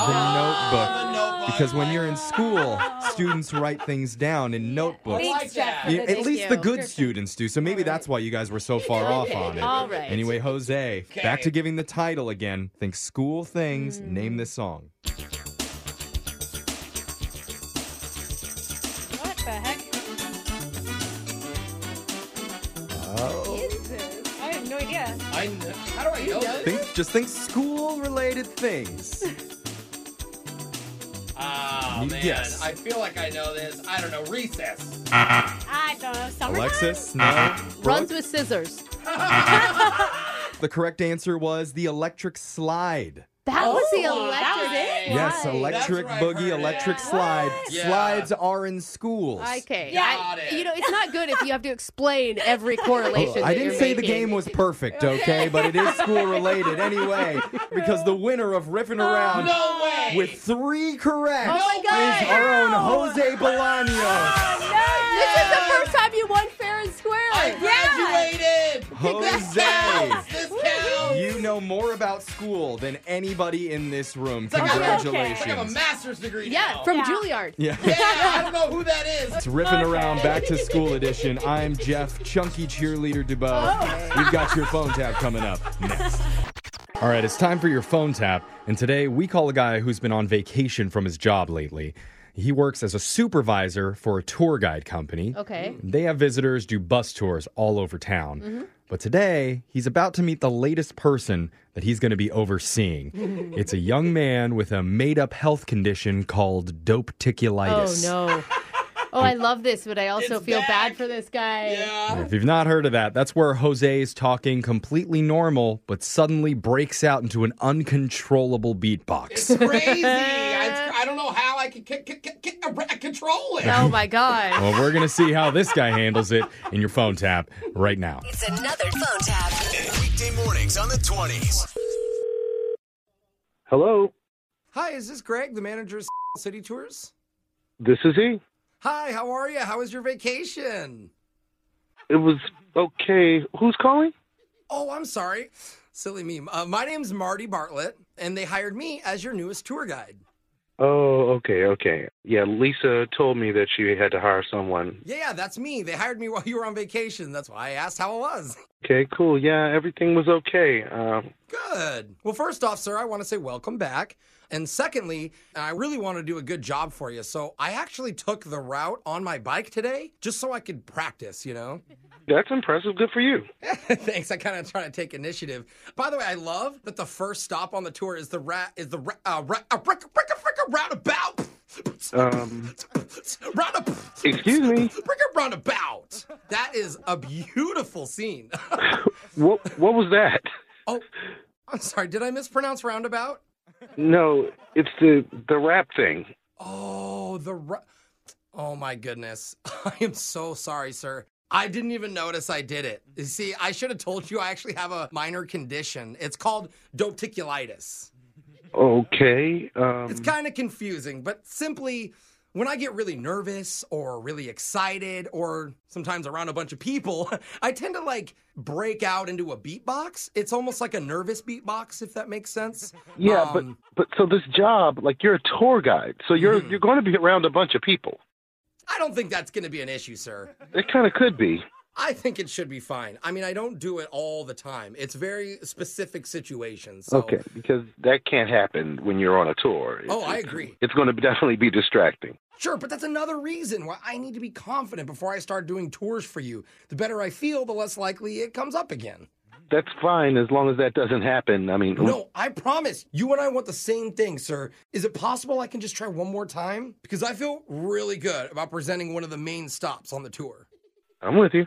S2: Ah,
S1: Notebook.
S4: The notebook.
S1: Because when you're in school, students write things down in notebooks.
S4: I like that.
S1: Yeah, at
S2: Thank
S1: least the
S2: you.
S1: good students do. So maybe that's why you guys were so far off on it.
S2: All right.
S1: Anyway, Jose, back to giving the title again. Think school things.
S2: Hmm.
S1: Name this song.
S8: What the heck?
S1: Oh.
S8: I have no idea.
S4: I kn- How do I know this?
S1: Think just think school-related things.
S4: Oh,
S1: You
S4: man.
S1: guess.
S4: I feel like I know this. I don't know. Recess.
S8: I don't know. uh, Summertime?
S1: Alexis, no.
S2: Runs
S1: Brooke,
S2: with scissors.
S1: the correct answer was the electric slide.
S2: That was the
S8: Oh, that was
S2: electric.
S8: it?
S1: Yes,
S2: slide.
S1: electric
S4: That's where I
S1: boogie,
S4: heard it.
S1: electric
S4: Yeah.
S1: slide.
S4: Yeah.
S1: Slides are in schools.
S2: Okay.
S8: Yeah.
S2: I-
S4: Got it.
S2: you know, it's not good if you have to explain every
S1: Oh,
S2: correlation. that
S1: I didn't
S2: you're
S1: say the
S2: making.
S1: game was perfect, okay? But it is school related anyway, because the winner of Riffing Around
S4: Oh,
S8: Oh,
S4: No way. Oh
S1: with three correct
S2: my God.
S1: is our own Jose Bolaños.
S2: This is the first time you won fair and square.
S4: I graduated. This counts.
S1: Jose,
S4: This counts.
S1: you know more about school than anybody in this room.
S4: like a- I have a
S1: Congratulations.
S4: master's degree
S2: yeah,
S4: now.
S2: from
S8: Yeah.
S2: Juilliard.
S1: Yeah.
S4: yeah, I don't know who that is.
S1: It's riffing around back to school edition. I'm Jeff Chunky Cheerleader Debo.
S4: Oh.
S1: We've got your phone tap coming up next. All right, it's time for your phone tap. And today we call a guy who's been on vacation from his job lately. He works as a supervisor for a tour guide company.
S2: Okay. Mm-hmm.
S1: They have visitors do bus tours all over town. But today, he's about to meet the latest person that he's going to be overseeing. it's a young man with a made up health condition called
S2: Oh
S1: dopeticulitis.
S2: no. Oh, I love this, but I also
S4: It's
S2: feel
S4: back.
S2: bad for this guy.
S4: Yeah.
S1: If you've not heard of that, that's where Jose is talking completely normal, but suddenly breaks out into an uncontrollable beatbox.
S4: Crazy. I, I don't know how I can c- c- c- c- uh, control it.
S2: Oh my god.
S1: well, we're going to see how this guy handles it in your phone tap right now.
S9: It's another phone tap.
S10: Weekday mornings on the 20s.
S11: Hello,
S3: Hi, is this Greg, the manager of City Tours?
S11: this is he.
S3: Hi, how are you? How was your vacation?
S11: It was okay. Who's calling?
S3: Oh, I'm sorry. Silly me. Uh, my name's Marty Bartlett, and they hired me as your newest tour guide.
S11: Oh, okay, okay. Yeah, Lisa told me that she had to hire someone.
S3: Yeah, yeah, that's me. They hired me while you were on vacation. That's why I asked how it was.
S11: Okay, cool. Yeah, everything was okay. Um,
S3: Good. Well, first off, sir, I want to say welcome back. And secondly, I really want to do a good job for you. So I actually took the route on my bike today just so I could practice, you know?
S11: that's impressive. Good for you.
S3: Thanks. I kind of try to take initiative. By the way, I love that the first stop on the tour is the rat is the ra- uh, ra- uh, brick, brick, brick, roundabout.
S11: Um,
S3: Roundabout.
S11: excuse me.
S3: Brick roundabout. That is a beautiful scene.
S11: What what was that?
S3: oh, I'm sorry. Did I mispronounce roundabout?
S11: No, it's the the rap thing.
S3: Oh, the. Ra- oh my goodness. I am so sorry, sir. I didn't even notice I did it. You see, I should have told you I actually have a minor condition. It's called dopticulitis.
S11: Okay. Um,
S3: It's kind of confusing, but simply when I get really nervous or really excited or sometimes around a bunch of people, I tend to like break out into a beatbox. It's almost like a nervous beatbox, if that makes sense.
S11: yeah,
S3: Um,
S11: but but so this job, like you're a tour guide, so you're you're going to be around a bunch of people.
S3: I don't think that's going to be an issue, sir.
S11: It kind of could be.
S3: I think it should be fine. I mean, I don't do it all the time. It's very specific situations. So.
S11: Okay, because that can't happen when you're on a tour. It's,
S3: Oh, I
S11: it's-
S3: agree.
S11: It's going to definitely be distracting.
S3: Sure, but that's another reason why I need to be confident before I start doing tours for you. The better I feel, the less likely it comes up again.
S11: That's fine as long as that doesn't happen. I mean,
S3: No, I promise. You and I want the same thing, sir. Is it possible I can just try one more time? Because I feel really good about presenting one of the main stops on the tour.
S11: I'm with you.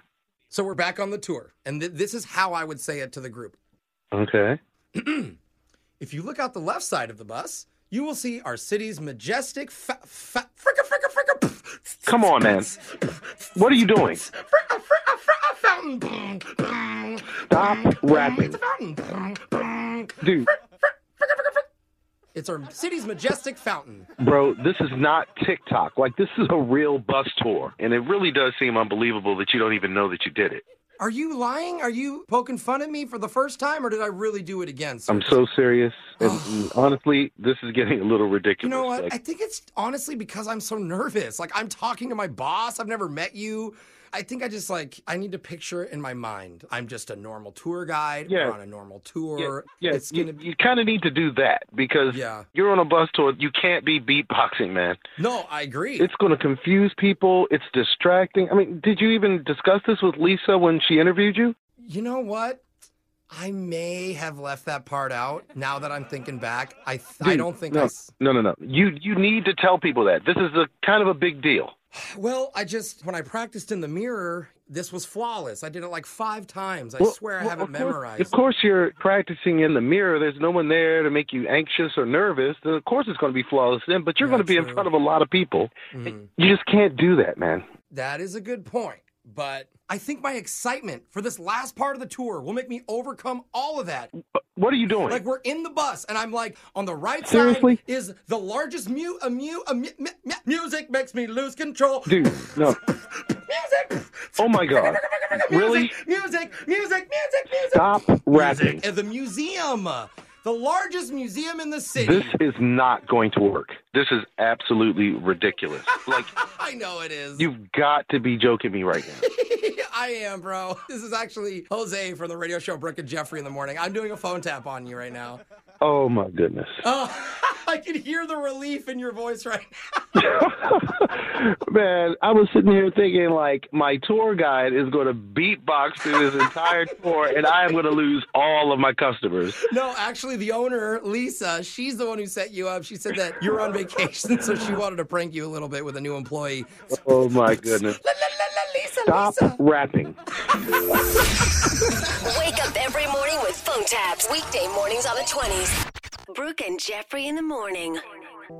S3: So we're back on the tour, and th- this is how I would say it to the group.
S11: Okay.
S3: If you look out the left side of the bus, you will see our city's majestic fa- fa- fricka fricka fricka pff,
S11: Come on, man. What are you doing?
S3: fricka fricka fricka fountain. Boom, boom,
S11: Stop
S3: boom, boom.
S11: rapping.
S3: It's a fountain. Boom, boom.
S11: Dude,
S3: Fricka fricka frick. It's our city's majestic fountain.
S11: bro, this is not TikTok. Like, this is a real bus tour. And it really does seem unbelievable that you don't even know that you did it.
S3: Are you lying? Are you poking fun at me for the first time, or did I really do it again? sir?
S11: I'm so serious. And honestly, this is getting a little
S3: You
S11: ridiculous.
S3: know what?
S11: Like,
S3: I think it's honestly because I'm so nervous. Like I'm talking to my boss. I've never met you. I think I just like I need to picture it in my mind. I'm just a normal tour guide.
S11: Yeah.
S3: We're on a normal tour.
S11: yeah,
S3: It's
S11: you,
S3: gonna be
S11: you kind of need to do that because
S3: Yeah.
S11: you're on a bus tour. You can't be beatboxing, man.
S3: No, I agree.
S11: It's going to confuse people. It's distracting. I mean, did you even discuss this with Lisa when she interviewed you?
S3: You know what? I may have left that part out now that I'm thinking back. I th- I
S11: Dude,
S3: don't think I
S11: no,
S3: s-
S11: No, no, no. You you need to tell people that this is a kind of a big deal.
S3: Well, I just when I practiced in the mirror, this was flawless. I did it like 5 times. I
S11: Well,
S3: swear I
S11: well,
S3: haven't
S11: of course-
S3: memorized.
S11: Of course, you're practicing in the mirror. There's no one there to make you anxious or nervous. Then, Of course, it's going to be flawless then, but you're
S3: Yeah,
S11: going to be
S3: true.
S11: in front of a lot of people.
S3: Mhm.
S11: You just can't do that, man.
S3: That is a good point. But I think my excitement for this last part of the tour will make me overcome all of that.
S11: What are you doing?
S3: Like we're in the bus, and I'm like, on the right
S11: Seriously?
S3: side is the largest mu a mu a mu- mu- mu- music makes me lose control.
S11: Dude, no.
S3: Music.
S11: Oh my God.
S3: Music,
S11: Really?
S3: Music. Music. Music. Music.
S11: Stop rapping.
S3: Music at the museum, uh, the largest museum in the city.
S11: This is not going to work. This is absolutely ridiculous. Like,
S3: I know it is.
S11: you've got to be joking me right now.
S3: I am, bro. This is actually Jose from the radio show Brooke and Jeffrey in the morning. I'm doing a phone tap on you right now.
S11: Oh my goodness.
S3: Oh, I can hear the relief in your voice right now.
S11: Man, I was sitting here thinking like my tour guide is going to beatbox through this entire tour, and I am going to lose all of my customers.
S3: No, actually, the owner, Lisa, she's the one who set you up. She said that you're on vacation, so she wanted to prank you a little bit with a new employee.
S11: Oh my goodness!
S3: La, la, la, la, Lisa,
S11: Stop
S3: Lisa.
S11: rapping.
S7: Wake up every morning with phone taps. Weekday mornings on the 20s. Brooke and Jeffrey in the morning.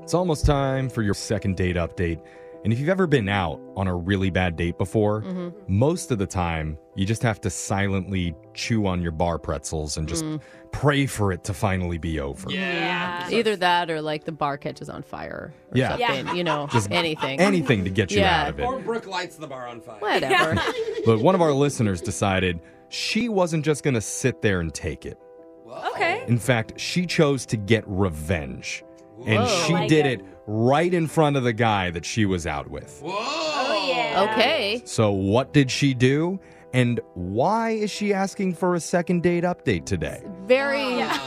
S1: It's almost time for your second date update. And if you've ever been out on a really bad date before, most of the time you just have to silently chew on your bar pretzels and just pray for it to finally be over.
S4: Yeah.
S2: Either that or like the bar catches on fire or
S1: Yeah.
S2: something, you know,
S1: Just
S2: anything.
S1: Anything to get you
S2: Yeah.
S1: out of
S3: Or
S1: it.
S3: Brooke lights the bar on fire.
S2: Whatever.
S1: But one of our listeners decided she wasn't just going to sit there and take it.
S3: Whoa.
S4: Okay.
S1: In fact, she chose to get revenge. And
S2: Whoa.
S1: she
S4: Like
S1: did it right in front of the guy that she was out with.
S3: Whoa.
S12: Oh, yeah.
S2: Okay.
S1: So, what did she do? And why is she asking for a second date update today?
S2: Very.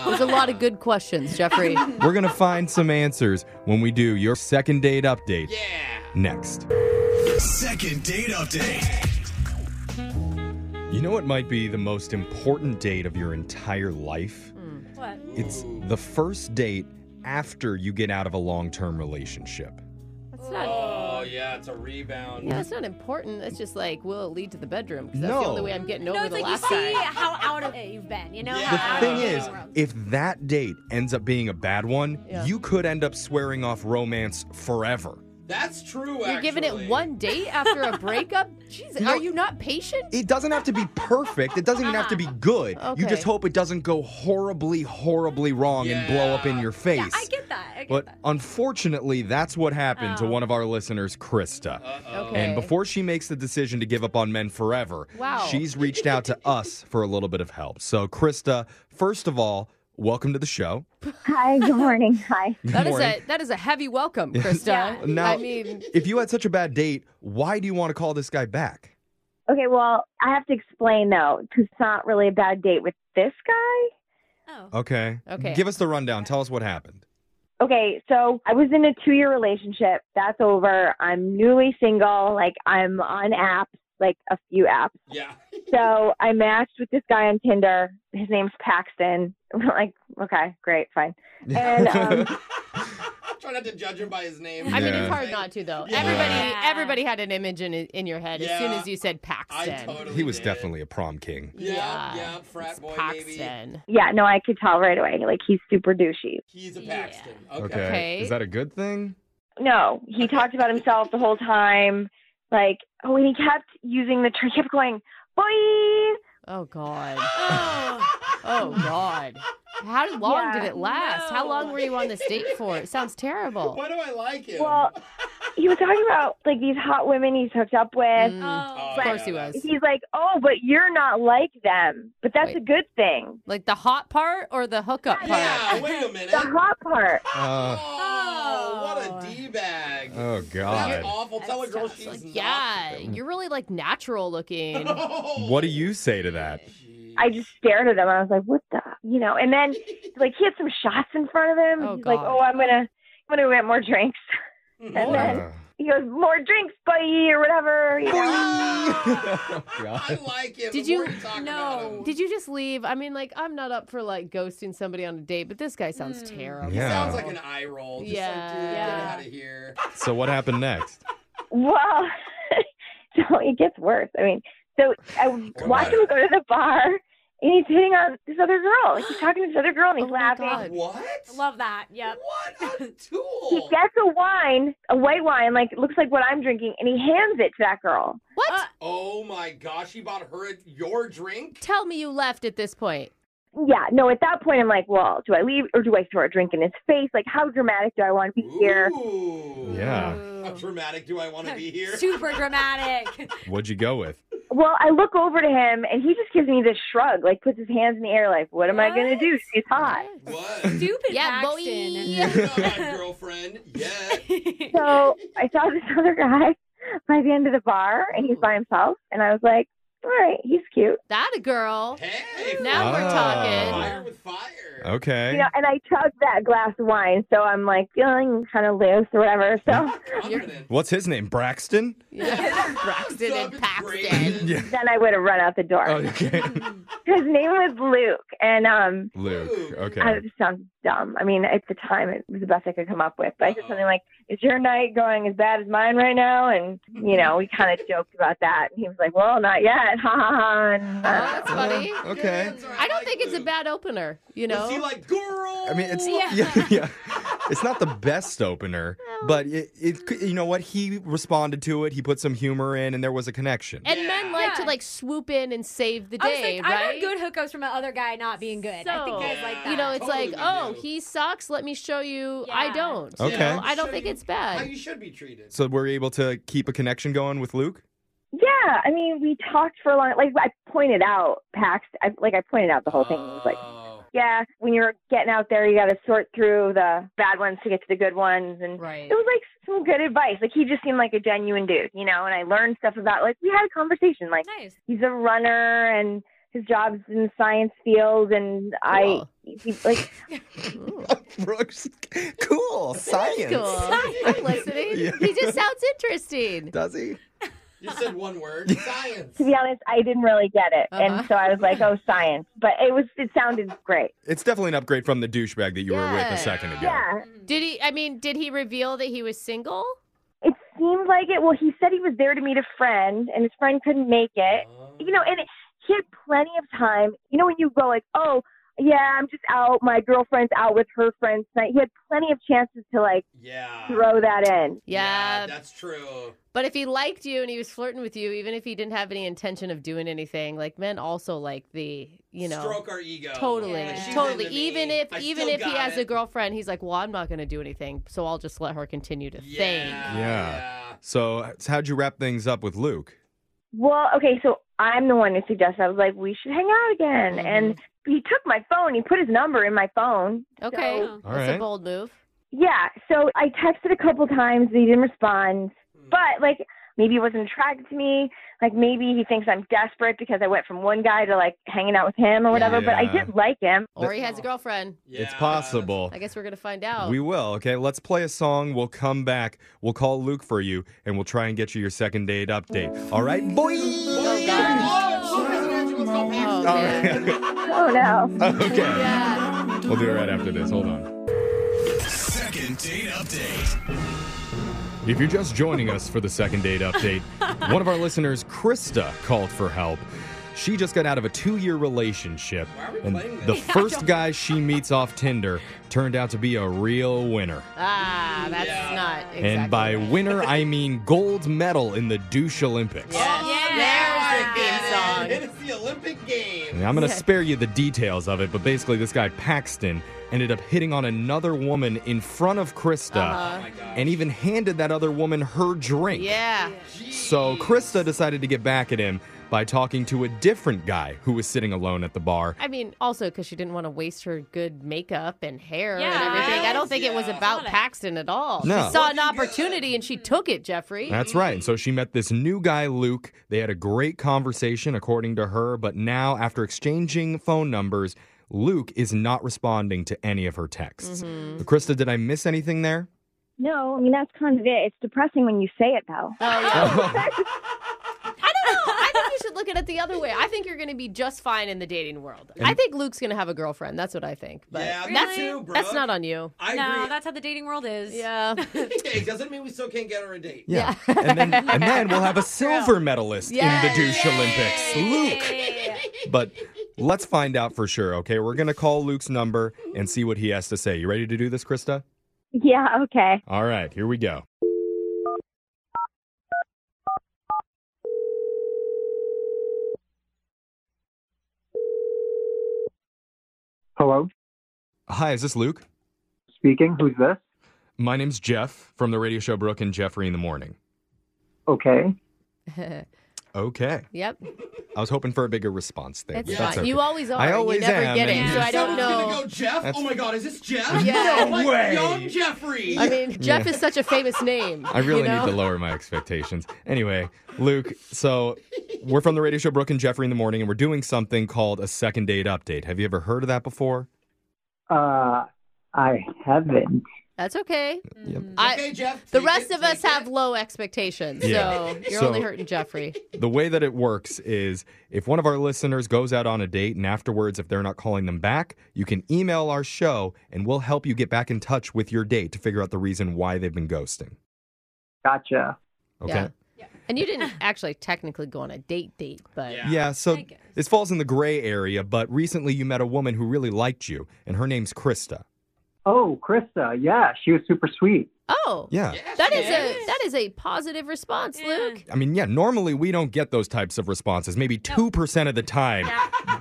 S2: There's a lot of good questions, Jeffrey.
S1: We're going to find some answers when we do your second date update
S3: Yeah.
S1: next.
S13: Second date update.
S1: You know what might be the most important date of your entire life?
S4: What?
S1: It's the first date after you get out of a long term relationship.
S2: That's not.
S14: Oh yeah, it's a rebound.
S2: Yeah, it's not important. It's just like, will it lead to the bedroom? Because that's
S1: No.
S2: the only way I'm getting over
S4: No, it's
S2: the
S4: like you
S2: last
S4: see
S2: guy.
S4: how out of it you've been. You know.
S14: Yeah.
S1: The
S4: How out
S1: thing
S4: of it
S1: is,
S4: you've been.
S1: if that date ends up being a bad one,
S2: Yeah.
S1: you could end up swearing off romance forever.
S14: That's true.
S2: You're giving it one date after a breakup? Jeez, are you not patient?
S1: It doesn't have to be perfect. It doesn't even have to
S4: Uh-huh.
S1: be good. You
S2: Okay.
S1: just hope it doesn't go horribly, horribly wrong and blow up in your face.
S4: Yeah, I get that. I get
S1: but
S4: that. Oh.
S1: unfortunately, that's what happened to one of our listeners, Krista.
S2: Okay.
S1: And before she makes the decision to give up on men forever,
S2: Wow.
S1: she's reached out to us for a little bit of help. So, Krista, first of all, welcome to the show.
S15: Hi, good morning. Hi.
S2: that is
S1: morning.
S2: a that is a heavy welcome, Krista.
S4: Yeah.
S1: Now,
S2: I mean,
S1: if you had such a bad date, why do you want to call this guy back?
S15: Okay, well, I have to explain though, 'cause it's not really a bad date with this guy.
S4: oh.
S1: Okay.
S2: Okay.
S1: Give us the rundown. Tell us what happened.
S15: Okay, so I was in a two year relationship. That's over. I'm newly single. Like, I'm on apps, like a few apps.
S14: Yeah.
S15: So I matched with this guy on Tinder. His name's Paxton. I'm like, okay, great, fine. And um,
S14: Try not to judge him by his name.
S2: I mean,
S1: Yeah.
S2: it's hard not to though.
S14: Yeah.
S2: Everybody,
S4: Yeah.
S2: everybody had an image in in your head as soon
S14: Yeah.
S2: as you said
S14: I
S2: Paxton.
S14: totally.
S1: he was
S14: did.
S1: definitely a prom king.
S14: Yeah,
S2: Yeah.
S14: yeah, frat
S2: It's
S14: boy, baby.
S2: Paxton.
S15: yeah, no, I could tell right away. Like, he's super douchey.
S14: He's a
S4: Yeah.
S14: Paxton.
S1: Okay.
S2: Okay.
S1: Is that a good thing?
S15: No, he talked about himself the whole time. Like, oh, and he kept using the term, he kept going, boy.
S2: Oh God. oh God. How long
S15: Yeah.
S2: did it last? How long
S4: No.
S2: were you on this date for? It sounds terrible.
S14: Why do I like him?
S15: Well, he was talking about like these hot women he's hooked up with.
S2: Oh, of
S15: but
S2: course he was.
S15: He's like, oh, but you're not like them. But that's a good thing.
S2: Like the hot part or the hookup part?
S15: Yeah,
S3: wait a minute.
S15: The hot part.
S1: Uh,
S3: Oh, what a d bag!
S1: oh, God.
S3: awful. Tell a girl she's not.
S2: Yeah, you're really like natural looking.
S1: What do you say to that?
S15: I just stared at him. I was like, what the, you know? And then like he had some shots in front of him.
S2: Oh,
S15: he's like,
S2: God.
S15: oh, I'm gonna, I'm gonna get more drinks. and
S1: Yeah.
S15: then he goes, more drinks, buddy, or whatever. You know?
S1: God.
S3: like him.
S2: Did you no? Did you just leave? I mean, like I'm not up for like ghosting somebody on a date, but this guy sounds terrible.
S1: He Yeah. sounds
S3: Hmm. Like an eye roll. Just
S2: Yeah.
S3: Like, dude,
S2: Yeah.
S3: Get out of here.
S1: So what happened next?
S15: Well, so it gets worse. I mean, so I watch him go to the bar, and he's hitting on this other girl. Like, he's talking to this other girl, and he's laughing.
S3: What?
S4: Love that. Yep.
S3: What a tool.
S15: He gets a wine, a white wine, like it looks like what I'm drinking, and he hands it to that girl.
S2: What?
S3: Oh my gosh, he bought her your drink.
S2: Tell me you left at this point.
S15: Yeah, no, at that point, I'm like, well, do I leave or do I throw a drink in his face? Like, how dramatic do I want to be here?
S3: Ooh.
S1: Yeah.
S3: How dramatic do I want to be here?
S4: Super dramatic.
S1: What'd you go with?
S15: Well, I look over to him, and he just gives me this shrug, like, puts his hands in the air, like, what am I going to do? She's hot.
S4: Stupid
S2: Yeah, boy.
S4: Paxton.
S3: My girlfriend. Yeah.
S15: So I saw this other guy by the end of the bar, and he's by himself, and I was like, all right, he's cute.
S2: That a girl.
S3: Hey.
S2: Now we're
S1: Ah.
S2: talking.
S1: Okay.
S15: You know, and I chugged that glass of wine, so I'm like feeling kind of loose or whatever. So
S3: Oh,
S1: What's his name? Braxton?
S2: Yeah. Braxton and Paxton.
S1: Yeah.
S15: then I would have run out the door.
S1: Oh, okay.
S15: His name was Luke, and um,
S1: Luke.
S15: I,
S1: Okay.
S15: it sounds dumb. I mean, at the time, it was the best I could come up with. But I said something like, "Is your night going as bad as mine right now?" And you know, we kind of joked about that. And he was like, "Well, not yet." Ha ha ha. And,
S2: Oh,
S15: uh,
S2: that's funny.
S1: Okay.
S2: I don't think it's a bad opener, you know?
S3: Was he like, girl?
S1: I mean, it's
S4: Yeah.
S1: yeah, yeah. It's not the best opener, but it, it could- you know what? He responded to it. He put some humor in, and there was a connection.
S2: and men like to
S4: Yeah.
S2: like swoop in and save the
S4: I was
S2: day,
S4: like,
S2: right?
S4: I've had good hookups from another guy not being good. I think guys like that.
S2: You know, it's
S3: Totally
S2: like,
S3: we
S2: oh,
S3: do.
S2: he sucks. Let me show you. I
S4: Yeah.
S2: don't. you
S1: Okay.
S2: know? I don't
S3: Show
S2: think
S3: you
S2: it's
S3: How
S2: bad.
S3: you should be treated.
S1: So we're you able to keep a connection going with Luke.
S15: yeah, I mean, we talked for a long. Like I pointed out, Pax. I, like I pointed out the whole thing. He was like,
S3: Oh.
S15: "Yeah, when you're getting out there, you got to sort through the bad ones to get to the good ones." And
S2: Right.
S15: it was like some good advice. Like he just seemed like a genuine dude, you know. And I learned stuff about. Like we had a conversation. Like.
S4: nice.
S15: he's a runner and his job's in the science field and I
S2: Cool.
S15: he, like
S1: Brooks, cool science.
S2: Cool. I'm listening.
S1: Yeah.
S2: He just sounds interesting.
S1: Does he?
S3: You said one word. Science.
S15: to be honest I didn't really get it
S2: Uh-huh.
S15: and so I was like oh science but it was it sounded great
S1: It's definitely an upgrade from the douchebag that you were with
S2: Yeah.
S1: a second ago.
S15: yeah
S2: Did he? I mean, did he reveal that he was single?
S15: it seemed like it well he said he was there to meet a friend and his friend couldn't make it you know and it, he had plenty of time you know when you go like oh yeah I'm just out my girlfriend's out with her friends tonight he had plenty of chances to like
S3: Yeah.
S15: throw that in
S2: Yeah.
S3: Uh, That's true.
S2: Uh, but if he liked you and he was flirting with you, even if he didn't have any intention of doing anything, like men also like the, you know.
S3: Stroke our ego.
S2: Totally,
S3: Like, she's
S2: totally.
S3: into me.
S2: Even if,
S3: I
S2: even
S3: still
S2: if he
S3: got
S2: has
S3: it.
S2: a girlfriend, he's like, "Well, I'm not going to do anything, so I'll just let her continue to
S3: Yeah.
S2: think."
S1: Yeah. So how'd you wrap things up with Luke?
S15: Well, okay, so I'm the one who suggested. I was like, we should hang out again.
S2: Mhm.
S15: And he took my phone. He put his number in my phone.
S2: Okay,
S15: So-
S2: that's
S1: All
S2: a
S1: right.
S2: bold move.
S15: yeah. So I texted a couple times. He didn't respond. But like, maybe he wasn't attracted to me. Like maybe he thinks I'm desperate because I went from one guy to like hanging out with him or whatever. But I
S1: Yeah.
S15: did like him.
S2: Or he has a girlfriend.
S3: Yeah.
S1: it's possible.
S2: I guess we're gonna find out.
S1: We will. Okay, let's play a song. We'll come back. We'll call Luke for you, and we'll try and get you your second date update. All right, boy.
S3: Oh, God. Oh, Luke isn't answering. Let's call Paxton.
S2: oh,
S1: All
S2: man.
S1: right.
S15: Oh no.
S1: okay.
S2: Yeah.
S1: We'll do it right after this. Hold on.
S16: Second date update.
S1: If you're just joining us for the second date update, one of our listeners, Krista, called for help. She just got out of a two year relationship.
S3: are we
S1: And
S3: playing this?
S1: the first guy she meets off Tinder turned out to be a real winner.
S2: Ah, that's not exactly.
S1: And by
S2: right.
S1: winner, I mean gold medal in the douche Olympics.
S2: Yes,
S3: Oh,
S2: there's
S3: now I
S2: the theme
S3: get
S2: song.
S3: it. It's the Olympic Games.
S1: And I'm going to spare you the details of it, but basically, this guy Paxton ended up hitting on another woman in front of Krista
S2: Uh-huh. Oh my gosh.
S1: and even handed that other woman her drink.
S2: Yeah.
S1: So Krista decided to get back at him by talking to a different guy who was sitting alone at the bar.
S2: I mean, also because she didn't want to waste her good makeup and hair
S4: Yeah.
S2: and everything. I don't think it was about Paxton at all.
S1: No.
S2: She saw an opportunity and she took it, Jeffrey.
S1: That's right. And so she met this new guy, Luke. They had a great conversation, according to her, but now, after exchanging phone numbers, Luke is not responding to any of her texts.
S15: Mm-hmm.
S1: But Krista, did I miss anything there?
S15: No, I mean that's kind of it. It's depressing when you say it though.
S2: Oh, I don't know. I think you should look at it the other way. I think you're going to be just fine in the dating world. I
S1: And-
S2: think Luke's going to have a girlfriend. That's what I think. But
S3: Yeah, me
S2: that's,
S3: too, Brooke.
S2: that's not on you.
S3: I
S4: no,
S3: agree.
S4: that's how the dating world is.
S2: Yeah.
S3: it doesn't mean we still can't get her a date.
S1: Yeah. and, then, and then we'll have a silver medalist in the douche Olympics, Luke. But let's find out for sure, okay? We're going to call Luke's number and see what he has to say. You ready to do this, Krista?
S15: Yeah, okay.
S1: All right, here we go.
S8: Hello,
S1: Hi, is this Luke?
S8: speaking. Who's this?
S1: My name's Jeff from the radio show Brooke and Jeffrey in the Morning.
S8: Okay.
S1: Okay.
S2: yep.
S1: I was hoping for a bigger response there.
S2: It's
S1: but
S2: fine.
S1: that's okay.
S2: You always are.
S1: I
S2: You
S1: always
S2: never
S1: am,
S2: get it,
S1: and-
S2: so I don't
S3: Someone's gonna
S2: know.
S3: go Jeff.
S1: That's-
S3: oh my God, is this Jeff?
S2: Yeah.
S3: Like
S1: way.
S3: Young Jeffrey.
S2: I mean, Jeff is such a famous name.
S1: I really
S2: you know?
S1: need to lower my expectations. Anyway, Luke, so we're from the radio show Brooke and Jeffrey in the Morning, and we're doing something called a second date update. Have you ever heard of that before?
S8: Uh, I haven't.
S2: That's okay.
S1: Yep.
S2: I,
S3: okay, Jeff.
S2: The rest of us have low expectations,
S1: Yeah.
S2: so you're
S1: So-
S2: only hurting Jeffrey.
S1: The way that it works is if one of our listeners goes out on a date and afterwards, if they're not calling them back, you can email our show and we'll help you get back in touch with your date to figure out the reason why they've been ghosting.
S8: Gotcha.
S1: Okay.
S2: Yeah. And you didn't actually technically go on a date date, but
S1: Yeah, so this falls in the gray area, but recently you met a woman who really liked you, and her name's Krista.
S8: Oh, Krista. Yeah, she was super sweet.
S2: oh,
S1: Yeah.
S2: that is a that is a positive response, Luke.
S1: I mean, yeah, normally we don't get those types of responses. Maybe 2% of the time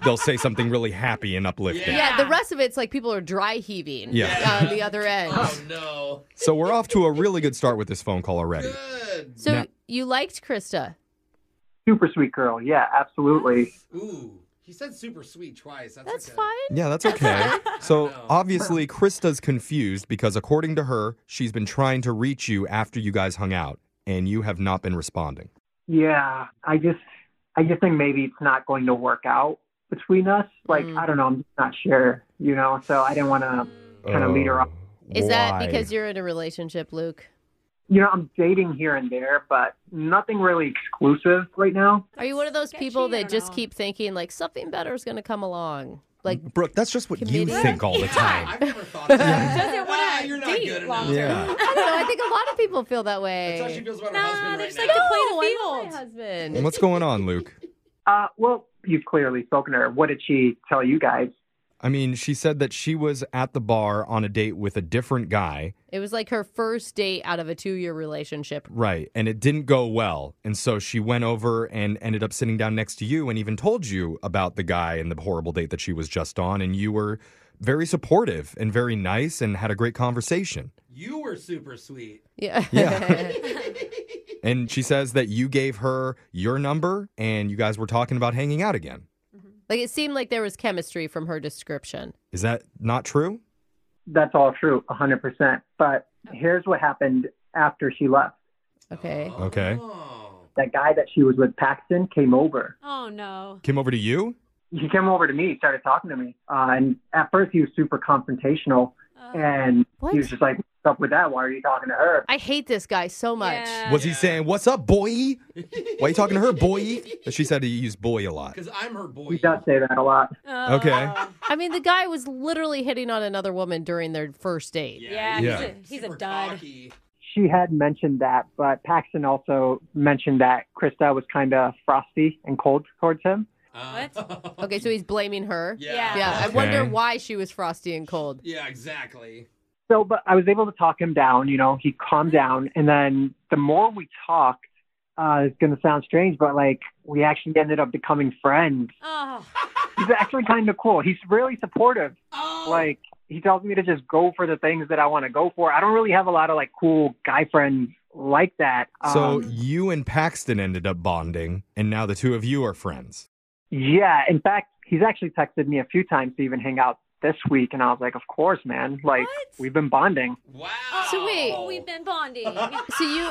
S1: they'll say something really happy and uplifting.
S2: Yeah. the rest of it's like people are dry heaving
S1: Yeah.
S2: on the other end.
S3: Oh no.
S1: So we're off to a really good start with this phone call already.
S2: So
S1: Now-
S2: you liked Krista.
S8: Super sweet girl. Yeah, absolutely.
S3: Ooh, he said super sweet twice. That's, okay.
S1: Yeah, that's okay. So obviously, Krista's confused because, according to her, she's been trying to reach you after you guys hung out, and you have not been responding.
S8: Yeah, I just, I just think maybe it's not going to work out between us. Like,
S3: Mm.
S8: I don't know. I'm just not sure. You know, so I didn't want to kind
S1: Oh,
S8: of lead her on.
S2: Is that because you're in a relationship, Luke?
S8: You know, I'm dating here and there, but nothing really exclusive right now.
S2: Are you one of those people that just keep thinking like something better is going to come along? Like
S1: Brooke, that's just what you
S2: Committed?
S1: think all the time.
S3: I've never thought of that.
S4: Doesn't want
S3: Ah, you're not good enough.
S1: Yeah.
S2: I don't know. I think a lot of people feel that way.
S3: That's how she feels about her husband right
S4: just
S3: now.
S4: like to play
S2: No,
S4: the
S2: I love
S4: field.
S2: my husband.
S1: What's going on, Luke?
S8: Uh, well, you've clearly spoken to her. What did she tell you guys?
S1: I mean, she said that she was at the bar on a date with a different guy,
S2: It was like her first date out of a two-year relationship.
S1: right? And it didn't go well. And so she went over and ended up sitting down next to you and even told you about the guy and the horrible date that she was just on. And you were very supportive and very nice and had a great conversation.
S3: You were super sweet.
S2: Yeah.
S1: Yeah. And she says that you gave her your number and you guys were talking about hanging out again.
S2: like it seemed like there was chemistry from her description.
S1: Is that not true?
S8: That's all true, 100%. But here's what happened after she left.
S2: Okay.
S1: Okay. Oh.
S8: That guy that she was with, Paxton, came over.
S4: Oh no.
S1: Came over to you?
S8: He came over to me, started talking to me. Uh, and at first, he was super confrontational. and
S2: What?
S8: he was just like, What's up with that? Why are you talking to her?
S2: I hate this guy so much.
S1: Was he saying, What's up, boy? Why you talking to her, boy? She said he used boy a lot.
S3: Because I'm her boy.
S8: He does say that a lot.
S4: Oh.
S1: Okay.
S2: I mean, the guy was literally hitting on another woman during their first date.
S4: Yeah,
S1: Yeah.
S4: he's a, he's a dud.
S8: She had mentioned that, but Paxton also mentioned that Krista was kind of frosty and cold towards him.
S2: What? Okay, so he's blaming her.
S3: Uh, Yeah.
S2: Yeah. I
S8: Okay.
S2: wonder why she was frosty and cold.
S3: Yeah, exactly.
S8: So, but I was able to talk him down. You know, he calmed down, and then the more we talked, uh, it's going to sound strange, but like we actually ended up becoming friends.
S6: Oh.
S8: He's actually kind of cool. He's really supportive. Like he tells me to just go for the things that I want to go for. I don't really have a lot of like cool guy friends like that.
S1: So
S8: Um,
S1: you and Paxton ended up bonding, and now the two of you are friends.
S8: Yeah, in fact, he's actually texted me a few times to even hang out this week, and I was like, "Of course, man! Like we've been bonding."
S2: So wait,
S6: Oh. We've been bonding.
S2: so you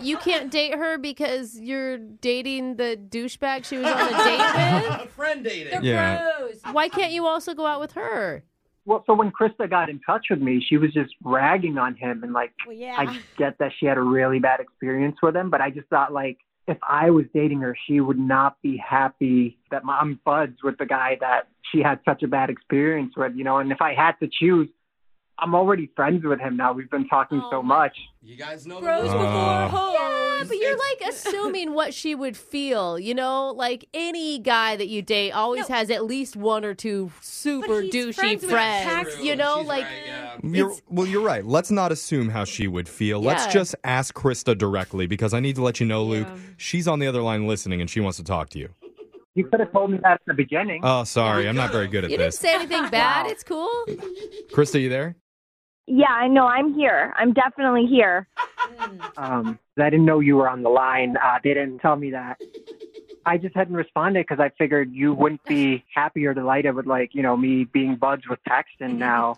S2: you can't date her because you're dating the douchebag she was on a date with?
S3: Friend dating.
S1: Yeah.
S2: Why can't you also go out with her?
S8: Well, so when Krista got in touch with me, she was just ragging on him, and like,
S2: Well, yeah.
S8: I get that she had a really bad experience with him, but I just thought like, if I was dating her, she would not be happy that my, I'm buds with the guy that she had such a bad experience with, you know. And if I had to choose, I'm already friends with him now. We've been talking
S2: Oh,
S8: so much.
S3: You guys know
S8: Bros
S3: the rules.
S1: Ah.
S8: before
S2: Yeah, but you're like assuming what she would feel, you know? Like any guy that you date always has at least one or two super douchey
S6: friends
S2: friends,
S6: with Paxton.
S2: you know? like
S1: Um, You're, well, you're right. Let's not assume how she would feel. Let's
S2: Yeah.
S1: just ask Krista directly because I need to let you know, Luke,
S8: Yeah.
S1: she's on the other line listening and she wants to talk to you.
S8: You could have told me that at the beginning.
S1: Oh, sorry. I'm not very good at
S2: you didn't
S1: this.
S2: say anything bad. It's cool.
S1: Krista, you there?
S15: Yeah, I know. I'm here. I'm definitely here.
S8: Um, 'cause I didn't know you were on the line. Uh, they didn't tell me that. I just hadn't responded because I figured you wouldn't be happy or delighted with like you know me being buds with
S15: Mm-hmm.
S8: Paxton now,